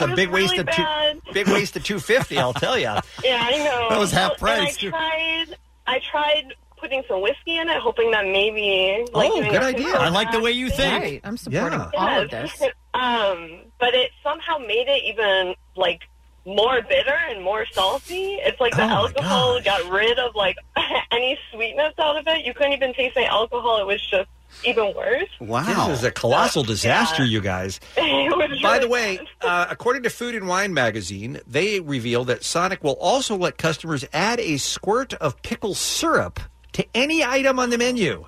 Speaker 27: It
Speaker 10: a
Speaker 27: was
Speaker 10: big waste
Speaker 27: really
Speaker 10: of two,
Speaker 27: bad.
Speaker 10: big waste of two fifty. I'll tell you.
Speaker 27: Yeah, I know.
Speaker 10: That was half
Speaker 27: Well, and
Speaker 10: price, too.
Speaker 27: I tried. I tried putting some whiskey in it, hoping that maybe. Like,
Speaker 9: Oh,
Speaker 27: doing
Speaker 9: good
Speaker 27: a
Speaker 9: idea.
Speaker 27: pickle
Speaker 9: I like the way you
Speaker 27: thing.
Speaker 9: think. Right. I'm supporting Yeah. all of
Speaker 27: Yes.
Speaker 9: this.
Speaker 27: um, but it somehow made it even like more bitter and more salty. It's like the
Speaker 9: Oh,
Speaker 27: alcohol got rid of like any sweetness out of it. You couldn't even taste the alcohol. It was just even worse.
Speaker 9: Wow.
Speaker 10: This is a colossal disaster, you guys.
Speaker 27: It was
Speaker 10: By
Speaker 27: really
Speaker 10: the way, uh, according to Food and Wine magazine, they reveal that Sonic will also let customers add a squirt of pickle syrup to any item on the menu.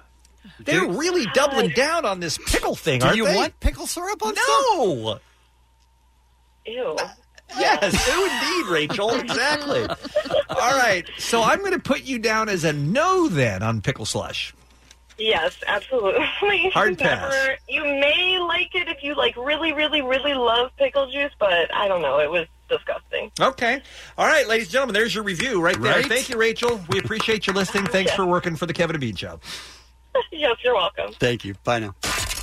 Speaker 10: They're really doubling down on this pickle thing,
Speaker 9: Do
Speaker 10: aren't
Speaker 9: you
Speaker 10: they?
Speaker 9: want pickle syrup on
Speaker 10: No.
Speaker 27: Ew.
Speaker 10: Yes, who indeed, Rachel. Exactly. All right. So I'm going to put you down as a no then on pickle slush.
Speaker 27: Yes, absolutely.
Speaker 10: Hard pass.
Speaker 27: Never- you may like it if you like really, really, really love pickle juice, but I don't know. It was disgusting.
Speaker 10: Okay. All right, ladies and gentlemen, there's your review right there.
Speaker 27: Right?
Speaker 10: Thank you, Rachel. We appreciate you listening. Thanks for working for the Kevin and Bean Show.
Speaker 27: yes, you're welcome.
Speaker 9: Thank you. Bye now.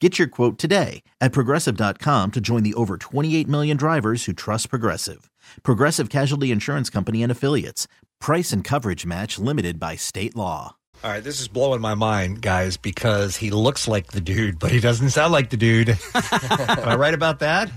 Speaker 26: Get your quote today at progressive.com to join the over 28 million drivers who trust Progressive. Progressive Casualty Insurance Company and Affiliates. Price and coverage match limited by state law.
Speaker 10: All right, this is blowing my mind, guys, because he looks like the dude, but he doesn't sound like the dude. Am I right about that?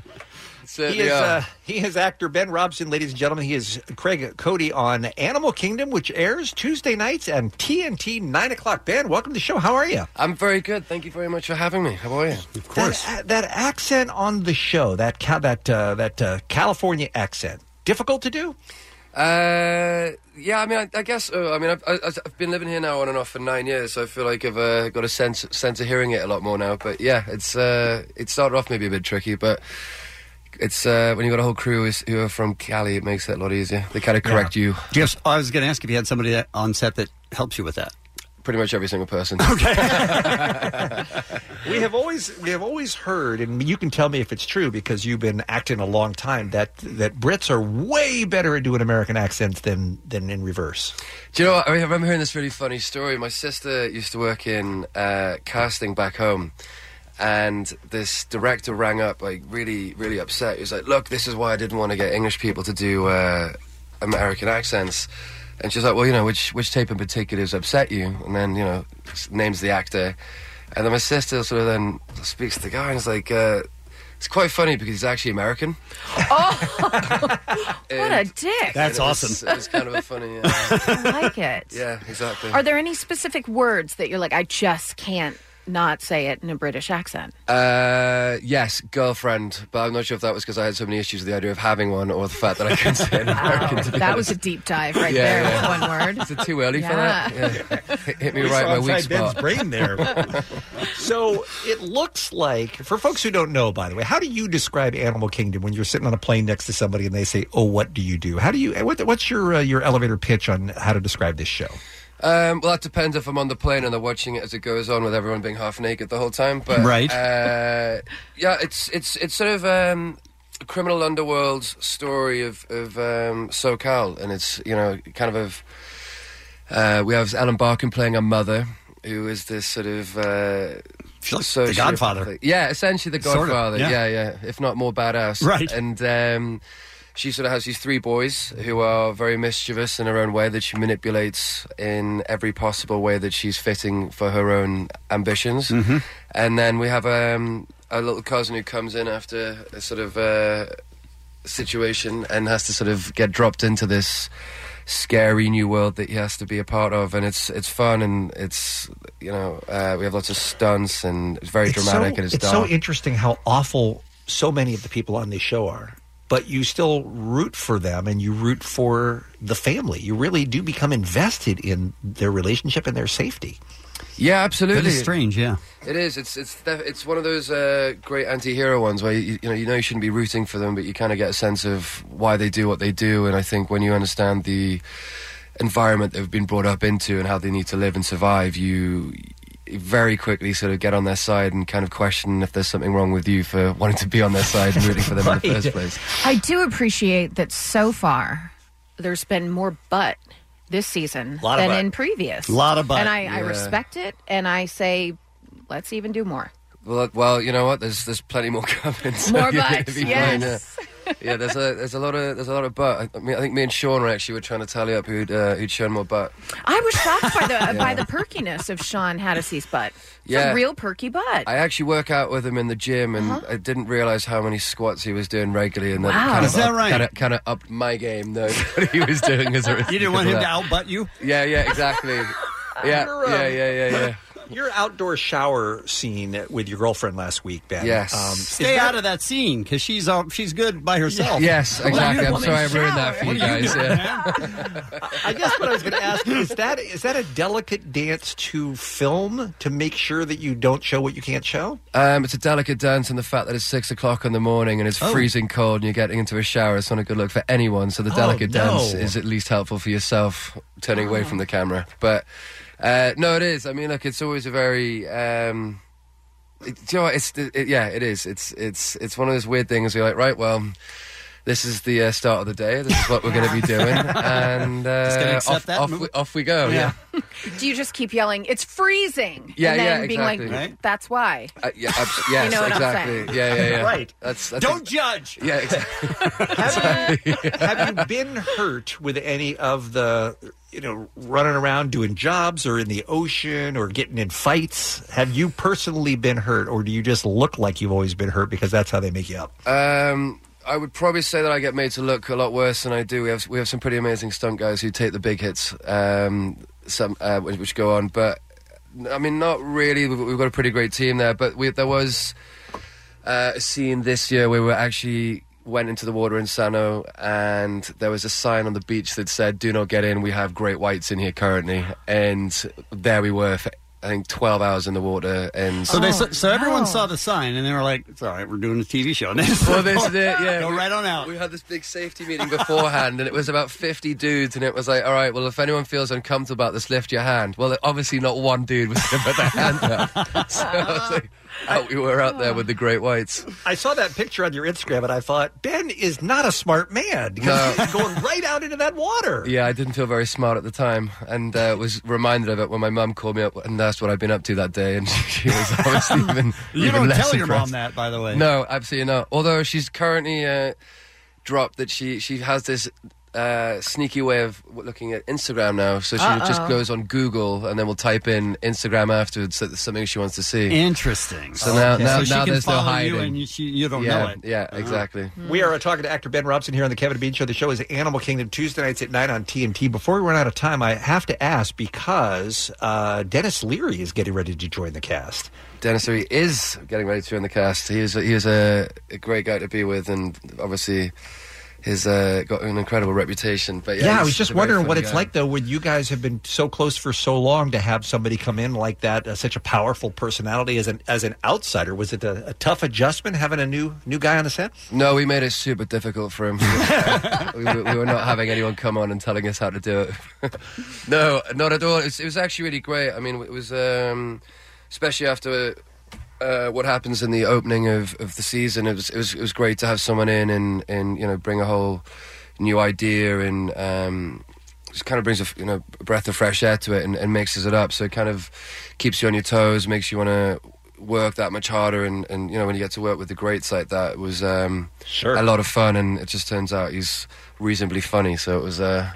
Speaker 28: it,
Speaker 10: he, is,
Speaker 28: yeah.
Speaker 10: uh, he is actor Ben Robson, ladies and gentlemen. He is Craig Cody on Animal Kingdom, which airs Tuesday nights and TNT 9 o'clock. Ben, welcome to the show. How are you?
Speaker 28: I'm very good. Thank you very much for having me. How are you? Of
Speaker 10: course. That, that accent on the show, that ca- that uh, that uh, California accent, difficult to do.
Speaker 28: Uh, yeah, I mean, I, I guess. Uh, I mean, I've, I, I've been living here now on and off for nine years, so I feel like I've uh, got a sense sense of hearing it a lot more now. But yeah, it's uh, it started off maybe a bit tricky, but it's uh, when you got a whole crew is, who are from Cali, it makes it a lot easier. They kind of correct you.
Speaker 9: Do you have, I was going to ask if you had somebody that- on set that helps you with that.
Speaker 28: Pretty much every single person.
Speaker 10: We have always we have always heard, and you can tell me if it's true because you've been acting a long time. That that Brits are way better at doing American accents than than in reverse.
Speaker 28: Do you know what? I remember hearing this really funny story. My sister used to work in uh, casting back home, and this director rang up, like, really, really upset. He was like, Look, this is why I didn't want to get English people to do uh, American accents. And she's like, Well, you know, which, which tape in particular has upset you? And then, you know, s- names the actor. And then my sister sort of then speaks to the guy and is like, uh, It's quite funny because he's actually American.
Speaker 11: What a
Speaker 28: And
Speaker 11: dick.
Speaker 28: it was- It was kind of a funny. Uh,
Speaker 11: I like it.
Speaker 28: yeah, exactly.
Speaker 11: Are there any specific words that you're like, I just can't not say it in a British accent?
Speaker 28: Uh, yes, girlfriend, but I'm not sure if that was because I had so many issues with the idea of having one or the fact that I couldn't say it in American. to be
Speaker 11: Um, That was
Speaker 28: honest.
Speaker 11: a deep dive right
Speaker 28: Yeah,
Speaker 11: there
Speaker 28: yeah.
Speaker 11: with one word.
Speaker 28: Is it too early for that? Yeah. Hit- Hit me
Speaker 10: We
Speaker 28: right
Speaker 10: saw
Speaker 28: in my weak
Speaker 10: inside Ben's
Speaker 28: spot.
Speaker 10: brain there. so it looks like, for folks who don't know, by the way, how do you describe Animal Kingdom when you're sitting on a plane next to somebody and they say, "Oh, what do you do?" How do you? What, what's your uh, your elevator pitch on how to describe this show?
Speaker 28: Um, well, that depends if I'm on the plane and they're watching it as it goes on, with everyone being half naked the whole time. But
Speaker 9: Right.
Speaker 28: uh, yeah, it's it's it's sort of um, a criminal underworld's story of of um, SoCal, and it's you know kind of a uh, we have Alan Barkin playing a mother who is this sort of. Uh,
Speaker 9: the Godfather.
Speaker 28: yeah, essentially the
Speaker 9: Sort of,
Speaker 28: Godfather,
Speaker 9: yeah.
Speaker 28: yeah, yeah, if not more badass,
Speaker 9: Right.
Speaker 28: And um, she sort of has these three boys who are very mischievous in her own way that she manipulates in every possible way that she's fitting for her own ambitions.
Speaker 10: Mm-hmm.
Speaker 9: Mhm.
Speaker 28: And then we have um, a little cousin who comes in after a sort of uh, situation and has to sort of get dropped into this scary new world that he has to be a part of and it's it's fun and it's you know uh, we have lots of stunts and it's very
Speaker 10: It's so-
Speaker 28: dramatic and it's,
Speaker 10: it's
Speaker 28: dark.
Speaker 10: so interesting how awful so many of the people on this show are, but you still root for them and you root for the family. You really do become invested in their relationship and their safety.
Speaker 28: Yeah, absolutely.
Speaker 9: yeah.
Speaker 28: It is. It's it's def- it's one of those uh, great anti-hero ones where you, you know you know you shouldn't be rooting for them, but you kind of get a sense of why they do what they do. And I think when you understand the environment they've been brought up into and how they need to live and survive, you very quickly sort of get on their side and kind of question if there's something wrong with you for wanting to be on their side and rooting for them in the
Speaker 11: Right.
Speaker 28: first place.
Speaker 11: I do appreciate that so far there's been more butt this season
Speaker 28: Lot of
Speaker 11: than
Speaker 28: butt.
Speaker 11: in previous.
Speaker 28: Lot of butt.
Speaker 11: And I, I
Speaker 28: Yeah.
Speaker 11: respect it and I say, let's even do more.
Speaker 28: Well, that- well, you know what? There's there's plenty more coming.
Speaker 11: More
Speaker 28: you're gonna
Speaker 11: butts,
Speaker 28: be fine, yeah. yeah, there's a there's a lot of there's a lot of butt. I, mean, I think me and Sean were actually were trying to tally up who'd uh, who'd shown more butt.
Speaker 11: I was shocked by the by
Speaker 28: Yeah.
Speaker 11: the perkiness of Sean Hattie's butt. It's
Speaker 28: Yeah.
Speaker 11: a real perky butt.
Speaker 28: I actually work out with him in the gym, and I didn't realize how many squats he was doing regularly. And then
Speaker 11: Uh-huh. Wow.
Speaker 28: kind of
Speaker 11: Is that
Speaker 28: up-
Speaker 11: right?
Speaker 28: Kind of, kind of upped my game though. what he was doing as a
Speaker 9: You didn't want him to outbutt you.
Speaker 28: Yeah, yeah, exactly. yeah,
Speaker 10: You're, um,
Speaker 28: yeah, yeah, yeah, yeah.
Speaker 10: Your outdoor shower scene with your girlfriend last week, Ben. Um,
Speaker 28: Yes.
Speaker 9: Um, Stay out of that scene because she's uh, she's good by herself.
Speaker 28: Yes, exactly. I'm
Speaker 9: Woman
Speaker 28: sorry I ruined
Speaker 9: shower.
Speaker 28: that for you
Speaker 9: What are
Speaker 28: guys.
Speaker 9: doing,
Speaker 28: yeah.
Speaker 10: I guess what I was going to ask is that is that a delicate dance to film to make sure that you don't show what you can't show?
Speaker 28: Um, it's a delicate dance, and the fact that it's six o'clock in the morning and it's
Speaker 10: Oh.
Speaker 28: freezing cold, and you're getting into a shower, it's not a good look for anyone. So the
Speaker 10: Oh,
Speaker 28: delicate dance
Speaker 10: no.
Speaker 28: is at least helpful for yourself, turning away from the camera. But uh, no, it is. I mean, look, it's always a very. Um, it, do you know what? It's it, yeah, it is. It's it's it's one of those weird things. Where you're like, right, well. This is the uh, start of the day. This is what we're going to be doing, and
Speaker 9: Just gonna
Speaker 28: uh,
Speaker 9: accept
Speaker 28: off,
Speaker 9: that
Speaker 28: off,
Speaker 9: move-
Speaker 28: we, off we go. yeah.
Speaker 11: Do you just keep yelling, it's freezing?
Speaker 28: Yeah,
Speaker 11: and then
Speaker 28: yeah,
Speaker 11: being like,
Speaker 28: exactly. Right.
Speaker 11: that's why.
Speaker 28: Uh, yeah, abs- yes,
Speaker 11: know what I'm
Speaker 28: exactly.
Speaker 11: saying.
Speaker 28: Yeah, yeah, yeah.
Speaker 10: Right.
Speaker 28: That's, that's
Speaker 10: Don't
Speaker 9: judge.
Speaker 28: Yeah, exactly.
Speaker 10: Have you been hurt with any of the you know running around doing jobs or in the ocean or getting in fights? Have you personally been hurt, or do you just look like you've always been hurt because that's how they make you up?
Speaker 28: Um, I would probably say that I get made to look a lot worse than I do. We have we have some pretty amazing stunt guys who take the big hits, um, some uh, which, which go on. But I mean, not really. We've, we've got a pretty great team there. But we, there was uh, a scene this year where we actually went into the water in Sano, and there was a sign on the beach that said, "Do not get in. We have great whites in here currently." And there we were for I think twelve hours in the water, and
Speaker 9: So they so, so everyone saw the sign and they were like, "It's all right, we're doing a TV show."
Speaker 28: well, this is it. Yeah,
Speaker 9: Go
Speaker 28: We-
Speaker 9: Oh, right on out.
Speaker 28: We had this big safety meeting beforehand, and it was about fifty dudes, and it was like, all right, well, if anyone feels uncomfortable about this, lift your hand. Well, obviously, not one dude was going to put their hand up. So I was like, out we were out there with the great whites.
Speaker 10: I saw that picture on your Instagram and I thought Ben is not a smart man
Speaker 28: No.
Speaker 10: because he's going right out into that water.
Speaker 28: Yeah, I didn't feel very smart at the time, and uh, was reminded of it when my mum called me up and asked what I'd been up to that day, and she was obviously even
Speaker 9: You
Speaker 28: even
Speaker 9: don't
Speaker 28: less
Speaker 9: tell your mom
Speaker 28: impressed.
Speaker 9: that, by the way.
Speaker 28: No, absolutely not. Although she's currently uh, dropped that she she has this uh, sneaky way of w- looking at Instagram now. So she just
Speaker 9: Uh-oh.
Speaker 28: goes on Google and then we'll type in Instagram afterwards. So there's something she wants to see.
Speaker 9: Interesting.
Speaker 28: So now,
Speaker 9: Okay.
Speaker 28: now,
Speaker 9: So she
Speaker 28: now
Speaker 9: can
Speaker 28: there's no
Speaker 9: follow you
Speaker 28: hiding.
Speaker 9: and you- she- you don't
Speaker 28: yeah,
Speaker 9: know it.
Speaker 28: Yeah,
Speaker 9: Uh-huh.
Speaker 28: exactly.
Speaker 10: Hmm. We are uh, talking to actor Ben Robson here on the Kevin and Bean Show. The show is Animal Kingdom Tuesday nights at 9 on TNT. Before we run out of time, I have to ask because uh, Dennis Leary is getting ready to join the cast.
Speaker 28: Dennis Leary is getting ready to join the cast. He is he is a, a great guy to be with, and obviously. He's uh, got an incredible reputation, but yeah,
Speaker 10: Yeah, I
Speaker 28: he's-
Speaker 10: was
Speaker 28: he's
Speaker 10: just
Speaker 28: a very
Speaker 10: wondering
Speaker 28: funny
Speaker 10: what it's
Speaker 28: guy.
Speaker 10: like, though, when you guys have been so close for so long to have somebody come in like that, uh, such a powerful personality as an as an outsider. Was it a, a tough adjustment having a new new guy on the set?
Speaker 28: No, we made it super difficult for him. we, were- we were not having anyone come on and telling us how to do it. no, not at all. It was, it was actually really great. I mean, it was um, especially after uh, what happens in the opening of, of the season. It was, it was it was great to have someone in and and you know bring a whole new idea and um, just kind of brings a f- you know a breath of fresh air to it and, and mixes it up. So it kind of keeps you on your toes, makes you want to work that much harder. And, and you know when you get to work with the greats like that, it was um,
Speaker 10: sure.
Speaker 28: a lot of fun. And it just turns out he's reasonably funny. So it was uh,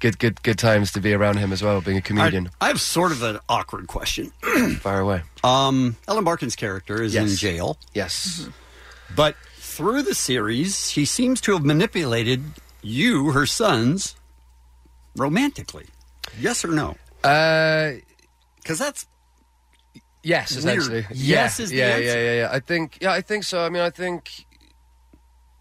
Speaker 28: good good good times to be around him as well, being a comedian.
Speaker 9: I have sort of an awkward question.
Speaker 28: Fire away.
Speaker 9: Um, Ellen Barkin's character is in
Speaker 28: Yes.
Speaker 9: jail. Mm-hmm.
Speaker 28: Yes.
Speaker 9: But through the series, she seems to have manipulated you, her sons, romantically. Yes or no?
Speaker 28: Because
Speaker 9: Uh, that's
Speaker 28: yes,
Speaker 9: weird.
Speaker 28: essentially.
Speaker 9: Yes
Speaker 28: yeah,
Speaker 9: is the
Speaker 28: yeah,
Speaker 9: answer.
Speaker 28: yeah, yeah, yeah. I think, yeah, I think so. I mean, I think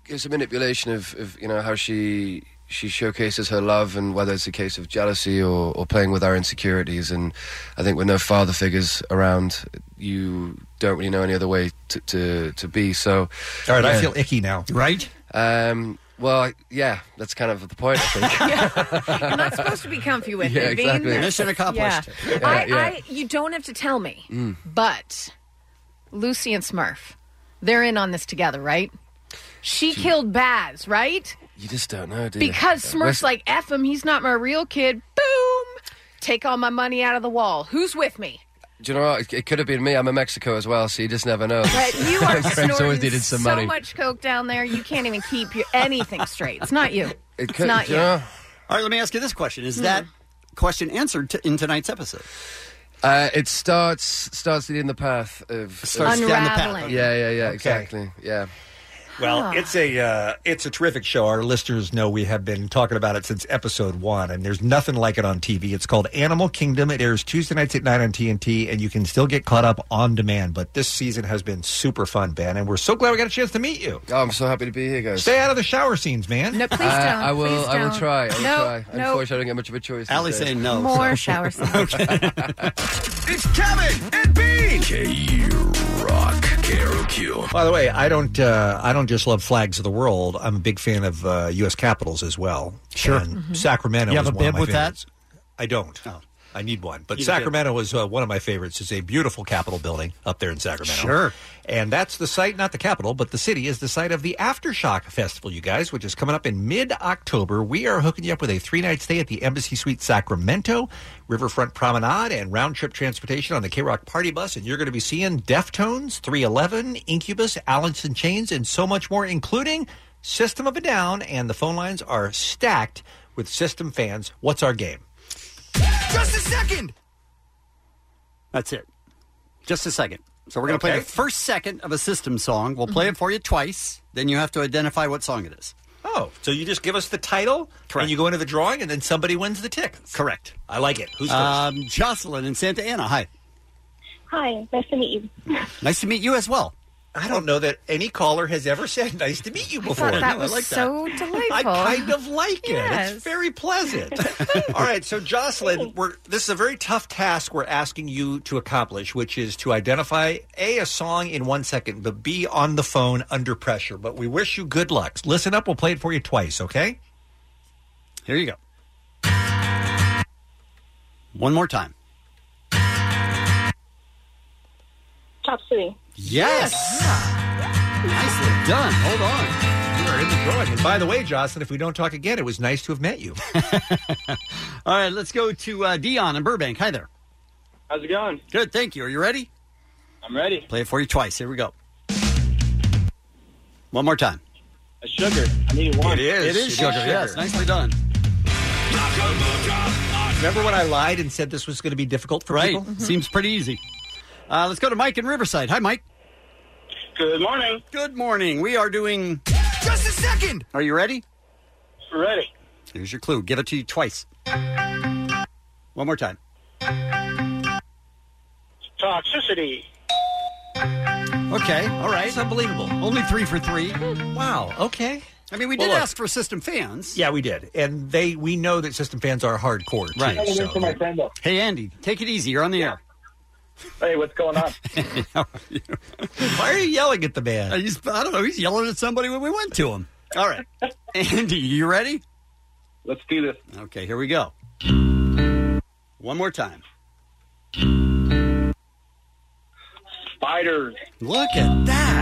Speaker 28: it's a manipulation of, of you know how she she showcases her love and whether it's a case of jealousy or, or playing with our insecurities. And I think with no father figures around, you don't really know any other way to to, to be. So,
Speaker 10: All right, I
Speaker 28: yeah.
Speaker 10: feel icky now.
Speaker 9: Right?
Speaker 28: Um. Well, I- yeah, that's kind of the point. I think.
Speaker 11: You're not supposed to be comfy with
Speaker 28: Yeah,
Speaker 11: it. Bean.
Speaker 28: exactly.
Speaker 11: That's-
Speaker 28: Mission accomplished.
Speaker 11: Yeah.
Speaker 28: Yeah,
Speaker 11: I,
Speaker 28: yeah.
Speaker 11: I, you don't have to tell me,
Speaker 28: Mm.
Speaker 11: but Lucy and Smurf, they're in on this together, right? She killed Baz, right?
Speaker 28: You just don't know, do you?
Speaker 11: Because Smurf's
Speaker 28: Where's-
Speaker 11: like, F him, he's not my real kid. Boom! Take all my money out of the wall. Who's with me?
Speaker 28: Do you know what? It- It could have been me. I'm in Mexico as well, so you just never know.
Speaker 11: But you are
Speaker 28: Craig's always
Speaker 11: snorting
Speaker 28: needed some
Speaker 11: so
Speaker 28: money.
Speaker 11: much coke down there, you can't even keep your, anything straight. It's not you.
Speaker 28: It
Speaker 11: it's not you.
Speaker 9: All right, let me ask you this question.
Speaker 10: Hmm.
Speaker 9: Is that question answered t- in tonight's episode?
Speaker 28: Uh, it starts starts leading the path of
Speaker 9: Starts
Speaker 28: of,
Speaker 9: down the path. Unraveling.
Speaker 28: Yeah, yeah, yeah.
Speaker 10: Okay.
Speaker 28: Exactly. Yeah.
Speaker 10: Well,
Speaker 28: Huh.
Speaker 10: it's a uh, it's a terrific show. Our listeners know we have been talking about it since episode one, and there's nothing like it on TV. It's called Animal Kingdom. It airs Tuesday nights at nine on TNT, and you can still get caught up on demand. But this season has been super fun, Ben, and we're so glad we got a chance to meet you.
Speaker 28: Oh, I'm so happy to be here, guys.
Speaker 10: Stay out of the shower scenes, man.
Speaker 11: No, please
Speaker 28: Uh, I will. I will try. I will
Speaker 11: No,
Speaker 28: try.
Speaker 11: no.
Speaker 28: Unfortunately, I don't get much of a choice.
Speaker 9: Allie's saying no,
Speaker 11: More shower scenes.
Speaker 6: It's Kevin and Bean.
Speaker 20: K Rock KROQ.
Speaker 10: By the way, I don't uh, I don't just love flags of the world. I'm a big fan of uh, U.S. capitals as well. Sure, and Sacramento.
Speaker 9: Mm-hmm. You have
Speaker 10: is
Speaker 9: a
Speaker 10: one of
Speaker 9: bib
Speaker 10: my
Speaker 9: with that?
Speaker 10: favorites. I don't. I need one. But
Speaker 9: You do.
Speaker 10: Sacramento is uh, one of my favorites. It's a beautiful Capitol building up there in Sacramento.
Speaker 9: Sure.
Speaker 10: And that's the site, not the Capitol, but the city is the site of the Aftershock Festival, you guys, which is coming up in mid October. We are hooking you up with a three night stay at the Embassy Suites Sacramento, Riverfront Promenade, and round trip transportation on the K Rock Party Bus. And you're going to be seeing Deftones, 311, Incubus, Alice in Chains, and so much more, including System of a Down. And the phone lines are stacked with System fans. What's our game?
Speaker 6: Just a second.
Speaker 9: That's it. Just a second. So we're going to play
Speaker 6: Okay.
Speaker 9: the first second of a system song. We'll
Speaker 10: Mhm.
Speaker 9: play it for you twice. Then you have to identify what song it is.
Speaker 10: Oh, so you just give us the title, and you go into the drawing, and then somebody wins the tickets.
Speaker 9: Correct.
Speaker 10: I like it. Who's
Speaker 9: Um, Jocelyn in Santa Ana. Hi.
Speaker 12: Hi, nice to meet you.
Speaker 9: Nice to meet you as well.
Speaker 10: I don't know that any caller has ever said "nice to meet you" before.
Speaker 9: thought that was so
Speaker 11: delightful.
Speaker 10: I kind of like it.
Speaker 9: Yes.
Speaker 10: It's very pleasant. All right, so Jocelyn, we're, this is a very tough task we're asking you to accomplish, which is to identify a a song in one second, but b on the phone under pressure. But we wish you good luck. Listen up. We'll play it for you twice. Okay.
Speaker 9: Here you go. One more time.
Speaker 12: Chop Suey.
Speaker 9: Yes. Nicely done. Hold on.
Speaker 10: You are in the drawing. And by the way, Jocelyn, if we don't talk again, it was nice to have met you.
Speaker 9: All right, let's go to uh, Dion in Burbank. Hi there.
Speaker 13: How's it going?
Speaker 9: Good, thank you. Are you ready?
Speaker 13: I'm ready.
Speaker 9: Play it for you twice. Here we go. One more time.
Speaker 4: A sugar. I need one.
Speaker 9: It is.
Speaker 4: It is sugar. Yes.
Speaker 9: Nicely done.
Speaker 10: Remember when I lied and said this was going to be difficult for
Speaker 9: right. Mm-hmm.
Speaker 10: people?
Speaker 9: Seems pretty easy. Uh, let's go to Mike in Riverside. Hi, Mike. Good morning. Good morning. We are doing. Just a second. Are you ready? Ready. Here's your clue. Give it to you twice. One more time.
Speaker 4: Toxicity.
Speaker 9: Okay. All right. It's unbelievable. Only three for three.
Speaker 10: Wow. Okay.
Speaker 9: I mean, we
Speaker 10: Well,
Speaker 9: did
Speaker 10: look.
Speaker 9: ask for system fans.
Speaker 10: Yeah, we did, and they we know that system fans are hardcore. Too,
Speaker 9: Right.
Speaker 10: so-
Speaker 9: Hey, Andy, take it easy. You're on the air.
Speaker 4: Hey, what's going on?
Speaker 9: Why are you yelling at the man? I, don't know. He's yelling at somebody when we went to him. All right. Andy, you ready? Let's do this. Okay, here we go. One more time.
Speaker 4: Spiders.
Speaker 9: Look at that.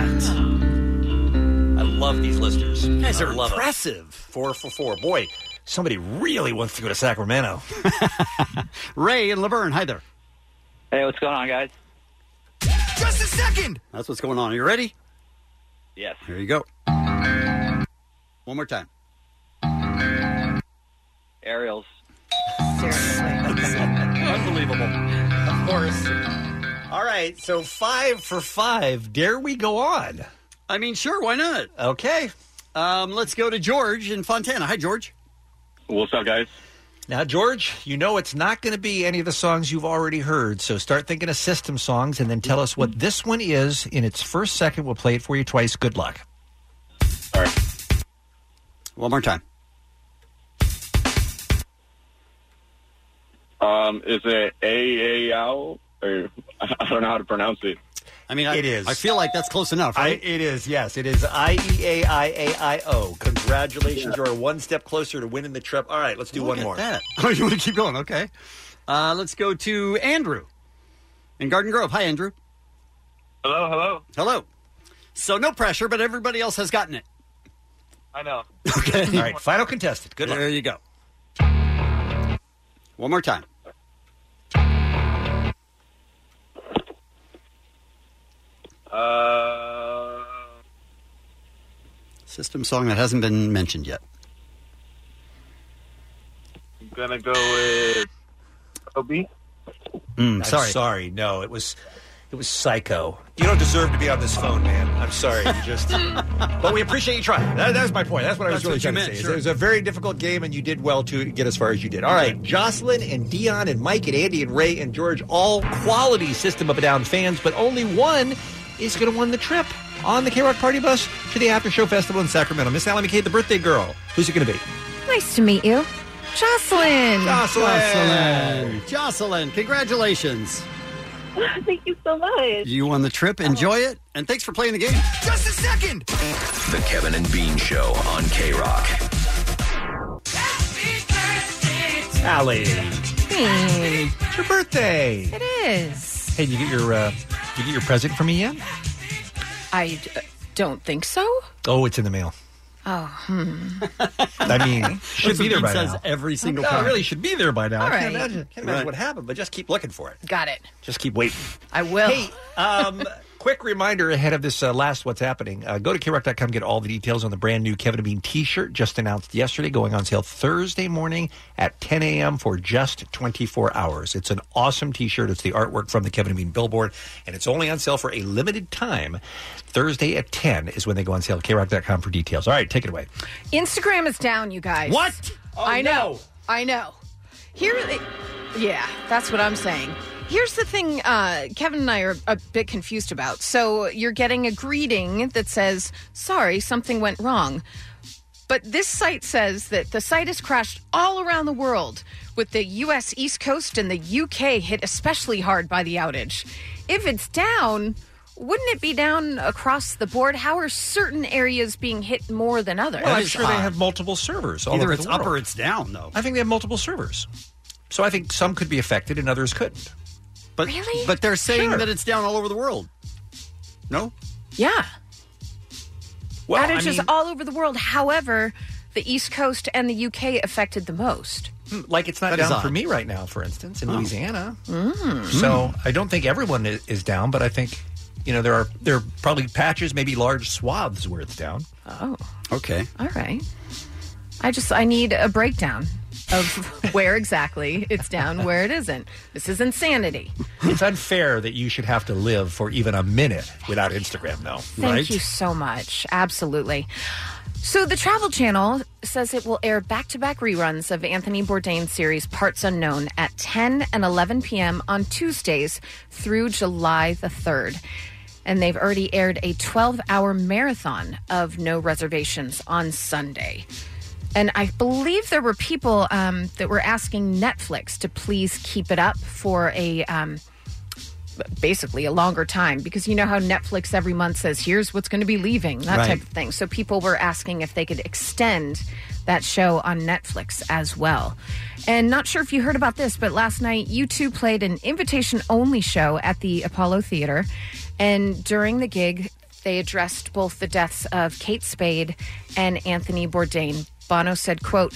Speaker 10: I love these listeners. You
Speaker 9: guys are
Speaker 10: I love 'em.
Speaker 9: impressive.
Speaker 10: Four for four. Boy, somebody really wants to go to Sacramento.
Speaker 9: Ray and Laverne, hi there.
Speaker 4: Hey, what's going on, guys?
Speaker 9: Just a second. That's what's going on. Are you ready?
Speaker 4: Yes.
Speaker 9: Here you go. One more time.
Speaker 4: Ariel's.
Speaker 9: Unbelievable.
Speaker 10: Of course. All right, so five for five. Dare we go on?
Speaker 9: I mean, sure, why not?
Speaker 10: Okay.
Speaker 9: Um, let's go to George in Fontana. Hi, George.
Speaker 10: What's up, guys? Now, George, you know it's not going to be any of the songs you've already heard, so start thinking of system songs and then tell us what this one is in its first second. We'll play it for you twice. Good luck.
Speaker 9: One more time.
Speaker 13: Um, is it A A L or I don't know how to pronounce it.
Speaker 9: I mean, I,
Speaker 13: It is.
Speaker 9: I feel like that's close enough,
Speaker 10: I,
Speaker 9: right?
Speaker 10: it is, yes. It is I E A I A I O. Congratulations. You are one step closer to winning the trip. All right, let's do
Speaker 9: Look
Speaker 10: one
Speaker 9: at
Speaker 10: more.
Speaker 9: that. Oh, you want to keep going? Okay. Uh, let's go to Andrew in Garden Grove. Hi, Andrew.
Speaker 14: Hello, hello.
Speaker 9: Hello. So no pressure, but everybody else has gotten it.
Speaker 14: I know.
Speaker 9: Okay.
Speaker 10: All right, final contestant. Good luck.
Speaker 9: There you go. One more time.
Speaker 14: Uh,
Speaker 9: System song that hasn't been mentioned yet.
Speaker 14: I'm gonna go with Obi.
Speaker 9: Mm, sorry.
Speaker 10: I'm sorry. No, it was it was psycho. You don't deserve to be on this phone, man. I'm sorry. You just But we appreciate you trying. That, that was my point. That's what I was
Speaker 9: That's
Speaker 10: really
Speaker 9: what you
Speaker 10: trying
Speaker 9: meant,
Speaker 10: to say.
Speaker 9: sure.
Speaker 10: It was a very difficult game and you did well to get as far as you did. All right. Jocelyn and Dion and Mike and Andy and Ray and George, all quality system of a down fans, but only one is gonna win the trip on the K Rock Party Bus to the after show festival in Sacramento. Miss Allie McCabe, the birthday girl. Who's it gonna be?
Speaker 11: Nice to meet you. Jocelyn.
Speaker 9: Jocelyn. Jocelyn, congratulations.
Speaker 12: Thank you so much.
Speaker 9: You won the trip. Enjoy it. And thanks for playing the game.
Speaker 12: Just a second.
Speaker 20: The Kevin and Bean Show on K Rock.
Speaker 10: Allie. It's your birthday.
Speaker 11: It is.
Speaker 10: Hey, did you get your uh, did you get your present for me yet?
Speaker 11: I d- don't think so.
Speaker 10: Oh, it's in the mail.
Speaker 11: Oh, hmm.
Speaker 10: I mean, should
Speaker 9: That's
Speaker 10: be
Speaker 9: what
Speaker 10: there
Speaker 9: Bean
Speaker 10: by
Speaker 9: says
Speaker 10: now.
Speaker 9: every single
Speaker 10: No, it
Speaker 9: time.
Speaker 10: really should be there by now.
Speaker 11: All
Speaker 10: I can't
Speaker 11: right.
Speaker 10: imagine, can't imagine
Speaker 11: Right.
Speaker 10: what happened, but just keep looking for it.
Speaker 11: Got it.
Speaker 10: Just keep waiting.
Speaker 11: I will.
Speaker 10: Hey, um, quick reminder ahead of this uh, last What's Happening. Uh, go to krock.com, get all the details on the brand new Kevin and Bean t shirt just announced yesterday, going on sale Thursday morning at 10 a.m. for just 24 hours. It's an awesome t shirt. It's the artwork from the Kevin and Bean billboard, and it's only on sale for a limited time. Thursday at 10 is when they go on sale. krock.com for details. All right, take it away.
Speaker 11: Instagram is down, you guys.
Speaker 10: What? Oh,
Speaker 11: I know.
Speaker 10: no.
Speaker 11: I know. Here, yeah, that's what I'm saying. Here's the thing uh, Kevin and I are a bit confused about. So you're getting a greeting that says, sorry, something went wrong. But this site says that the site has crashed all around the world, with the US East Coast and the UK hit especially hard by the outage. If it's down, wouldn't it be down across the board? How are certain areas being hit more than others?
Speaker 10: Well, I'm sure they have multiple servers. All
Speaker 9: Either
Speaker 10: over
Speaker 9: it's
Speaker 10: the world.
Speaker 9: up or it's down, though.
Speaker 10: I think they have multiple servers, so I think some could be affected and others couldn't.
Speaker 9: But
Speaker 11: Really?
Speaker 9: but they're saying
Speaker 10: Sure.
Speaker 9: that it's down all over the world. No?
Speaker 11: Yeah.
Speaker 10: Well, I
Speaker 11: outages
Speaker 10: mean-
Speaker 11: all over the world. However, the East Coast and the UK affected the most.
Speaker 10: like it's not
Speaker 11: That is
Speaker 10: down
Speaker 11: odd.
Speaker 10: for me right now, for instance, in
Speaker 11: Oh.
Speaker 10: Louisiana.
Speaker 9: Hmm.
Speaker 11: Mm.
Speaker 10: So I don't think everyone i- is down, but I think You know, there are there are probably patches, maybe large swaths where it's down.
Speaker 11: Oh,
Speaker 9: Okay.
Speaker 11: all right. I just I need a breakdown of where exactly it's down, where it isn't. This is insanity.
Speaker 10: It's unfair that you should have to live for even a minute without Instagram, though.
Speaker 11: Thank
Speaker 10: right?
Speaker 11: you so much. Absolutely. So the Travel Channel says it will air back-to-back reruns of Anthony Bourdain's series Parts Unknown at 10 and 11 p.m. on Tuesdays through July the 3rd. And they've already aired a 12-hour marathon of No Reservations on Sunday. And I believe there were people um, that were asking Netflix to please keep it up for a um, basically a longer time because you know how Netflix every month says, here's what's going to be leaving, that
Speaker 16: Right.
Speaker 11: type of thing. So people were asking if they could extend that show on Netflix as well. And not sure if you heard about this, but last night you two played an invitation only show at the Apollo Theater. And during the gig, they addressed both the deaths of Kate Spade and Anthony Bourdain. Bono said, quote,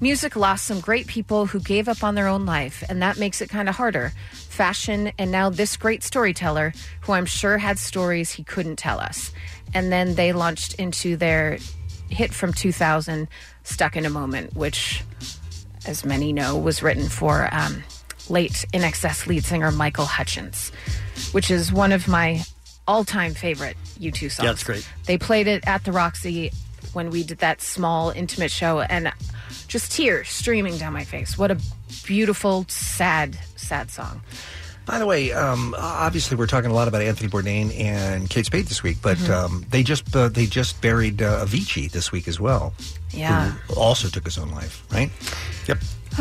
Speaker 11: Music lost some great people who gave up on their own life, and that makes it kind of harder. Fashion, and now this great storyteller who I'm sure had stories he couldn't tell us. And then they launched into their hit from 2000, Stuck in a Moment, which, as many know, was written for um, late In Excess lead singer Michael Hutchins, which is one of my all time favorite U2 songs.
Speaker 9: Yeah, it's great.
Speaker 11: They played it at the Roxy when we did that small intimate show, and just tears streaming down my face. What a beautiful, sad, sad song.
Speaker 10: By the way, um, obviously we're talking a lot about Anthony Bourdain and Kate Spade this week, but
Speaker 11: Mhm.
Speaker 10: um, they just uh, they just buried uh, Avicii this week as well.
Speaker 11: Yeah.
Speaker 10: who also took his own life, right? Yep.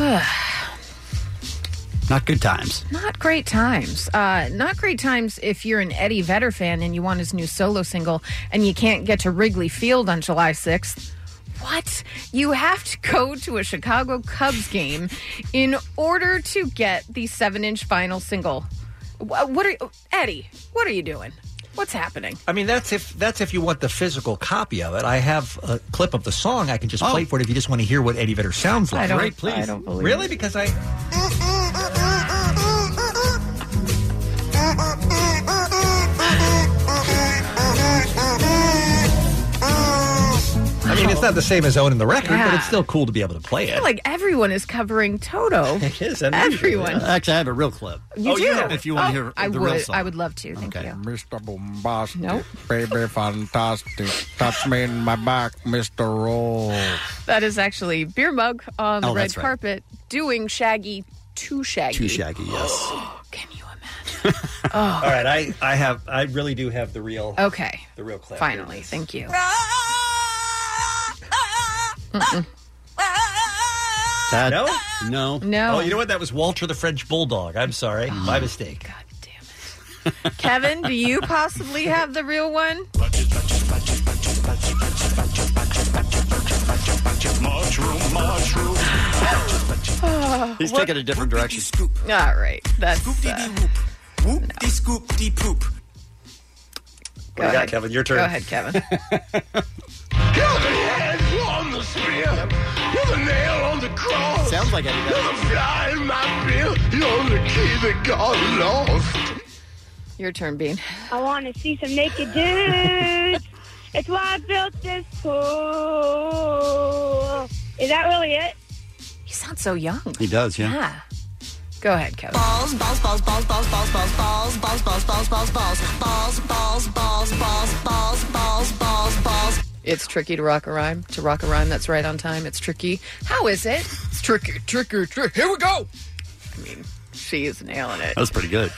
Speaker 9: Not good times.
Speaker 11: not great times. Uh, not great times if you're an Eddie Vedder fan and you want his new solo single and you can't get to Wrigley Field on July 6th. What? You have to go to a Chicago Cubs game in order to get the seven inch vinyl single. Wha- What are Eddie? What are you doing? What's happening?
Speaker 10: I mean, that's if that's if you want the physical copy of it. I have a clip of the song. I can just play for it if you just want to hear what Eddie Vedder sounds like.
Speaker 11: Oh. I don't-
Speaker 10: right? Please.
Speaker 11: I don't believe
Speaker 10: really
Speaker 11: it.
Speaker 10: because I. I mean, it's not the same as owning the record, but
Speaker 11: Yeah.
Speaker 10: it's still cool to be able to play
Speaker 11: I
Speaker 10: it.
Speaker 11: feel like everyone is covering Toto.
Speaker 10: It is
Speaker 9: unusual.
Speaker 11: everyone.
Speaker 9: Uh, Actually, I have a real clip.
Speaker 11: You do.
Speaker 9: If you want
Speaker 11: Oh,
Speaker 9: to hear
Speaker 11: I
Speaker 9: the
Speaker 11: would.
Speaker 9: real song.
Speaker 11: I would love to. Thank you.
Speaker 17: Mr. Bombastic,
Speaker 11: Nope.
Speaker 17: baby fantastic, touch me in my back, Mr. Roll.
Speaker 11: That is actually Beer Mug on the
Speaker 17: Oh,
Speaker 11: red
Speaker 17: that's right.
Speaker 11: carpet doing Shaggy too Shaggy.
Speaker 9: Too shaggy, yes.
Speaker 11: Oh,
Speaker 10: All right, I, I have I really do have the real
Speaker 11: okay.
Speaker 10: the real clip.
Speaker 11: Finally, thank you.
Speaker 9: That, no, no,
Speaker 11: No.
Speaker 10: Oh, you know what? That was Walter the French Bulldog. I'm sorry,
Speaker 9: Oh.
Speaker 10: my mistake.
Speaker 11: Kevin, do you possibly have the real one?
Speaker 17: Mushroom, mushroom.
Speaker 11: Oh,
Speaker 9: He's
Speaker 11: what-
Speaker 9: taking a different direction.
Speaker 11: All right, that's. uh,
Speaker 17: Whoop de scoop de poop.
Speaker 11: Go ahead.
Speaker 10: Kevin? Your turn.
Speaker 11: Go ahead, Kevin.
Speaker 17: You're the head, you're on the spear. You're the nail on the cross. Sounds like it. You're the fly in my bill. You're the key that got lost.
Speaker 11: Your turn, Bean.
Speaker 18: I want to see some naked dudes. it's why I built this pool. Is that really it?
Speaker 11: You sound so young.
Speaker 9: He does, yeah.
Speaker 11: Go ahead, Kevin.
Speaker 19: Balls, balls, balls, balls, balls, balls, balls, balls, balls, balls, balls, balls, balls, balls, balls, balls, balls, balls, balls, balls, balls.
Speaker 11: It's tricky to rock a rhyme. To rock a rhyme that's right on time. It's tricky. How is it? It's tricky, tricky, tricky. Here we go. I mean, she is nailing it.
Speaker 9: That's pretty good.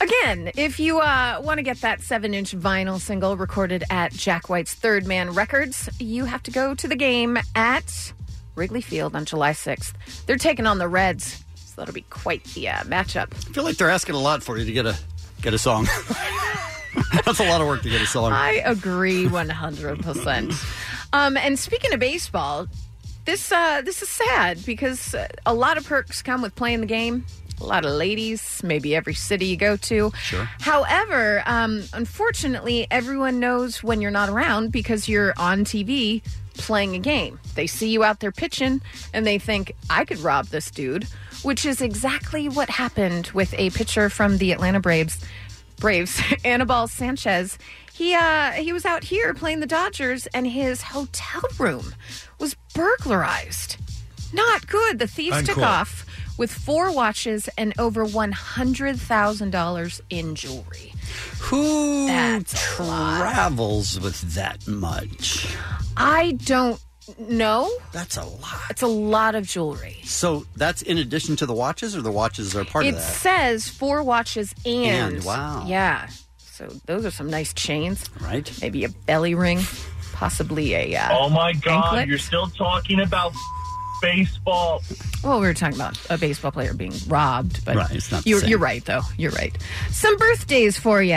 Speaker 11: Again, if you uh, want to get that seven inch vinyl single recorded at Jack White's Third Man Records, you have to go to the game at Wrigley Field on July 6th. They're taking on the Reds, so that'll be quite the uh, matchup.
Speaker 9: I feel like they're asking a lot for you to get a get a song. That's a lot of work to get a song.
Speaker 11: I agree 100%. um, and speaking of baseball, this uh, this is sad because uh, a lot of perks come with playing the game. A lot of ladies, maybe every city you go to.
Speaker 18: Sure.
Speaker 11: However, um, unfortunately, everyone knows when you're not around because you're on TV playing a game. They see you out there pitching and they think, I could rob this dude, which is exactly what happened with a pitcher from the Atlanta Braves Braves, Anibal Sanchez. He uh, he was out here playing the Dodgers, and his hotel room was burglarized. Not good. The thieves took
Speaker 23: Uncool.
Speaker 11: off with four watches and over one hundred thousand dollars in jewelry.
Speaker 9: Who travels with that much?
Speaker 11: I don't know.
Speaker 9: That's a lot.
Speaker 11: It's a lot of jewelry.
Speaker 9: So that's in addition to the watches, or the watches are part
Speaker 11: it
Speaker 9: of that?
Speaker 11: says four watches and,
Speaker 9: And, wow.
Speaker 11: yeah. So those are some nice chains,
Speaker 9: right?
Speaker 11: Maybe a belly ring, possibly a. Uh,
Speaker 16: Oh my god,
Speaker 11: anklet.
Speaker 16: you're still talking about baseball.
Speaker 11: Well, we were talking about a baseball player being robbed, but
Speaker 9: Right, it's not the
Speaker 11: you're,
Speaker 9: same.
Speaker 11: you're right, though. You're right. Some birthdays for you.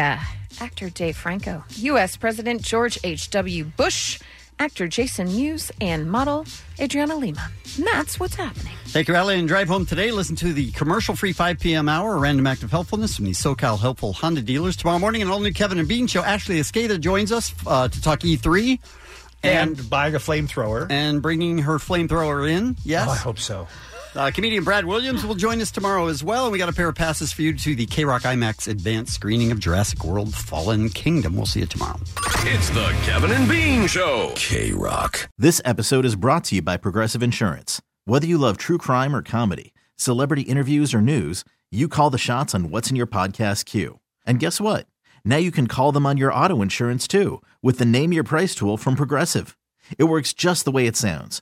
Speaker 11: Actor Dave Franco, U.S. President George H.W. Bush, actor Jason Mewes, and model Adriana Lima. And that's what's happening.
Speaker 9: Take your LA and drive home today. Listen to the commercial free 5 p.m. hour, a random act of helpfulness from the SoCal Helpful Honda dealers. Tomorrow morning, an all new Kevin and Bean show. Ashley Escada joins us uh, to talk E3 and, buying a flamethrower and bringing her flamethrower in. Yes.
Speaker 10: Oh, I hope so.
Speaker 9: Uh, comedian Brad Williams will join us tomorrow as well. And we got a pair of passes for you to the K Rock IMAX advanced screening of Jurassic World Fallen Kingdom. We'll see you tomorrow.
Speaker 20: It's the Kevin and Bean Show. K Rock.
Speaker 26: This episode is brought to you by Progressive Insurance. Whether you love true crime or comedy, celebrity interviews or news, you call the shots on what's in your podcast queue. And guess what? Now you can call them on your auto insurance too with the Name Your Price tool from Progressive. It works just the way it sounds.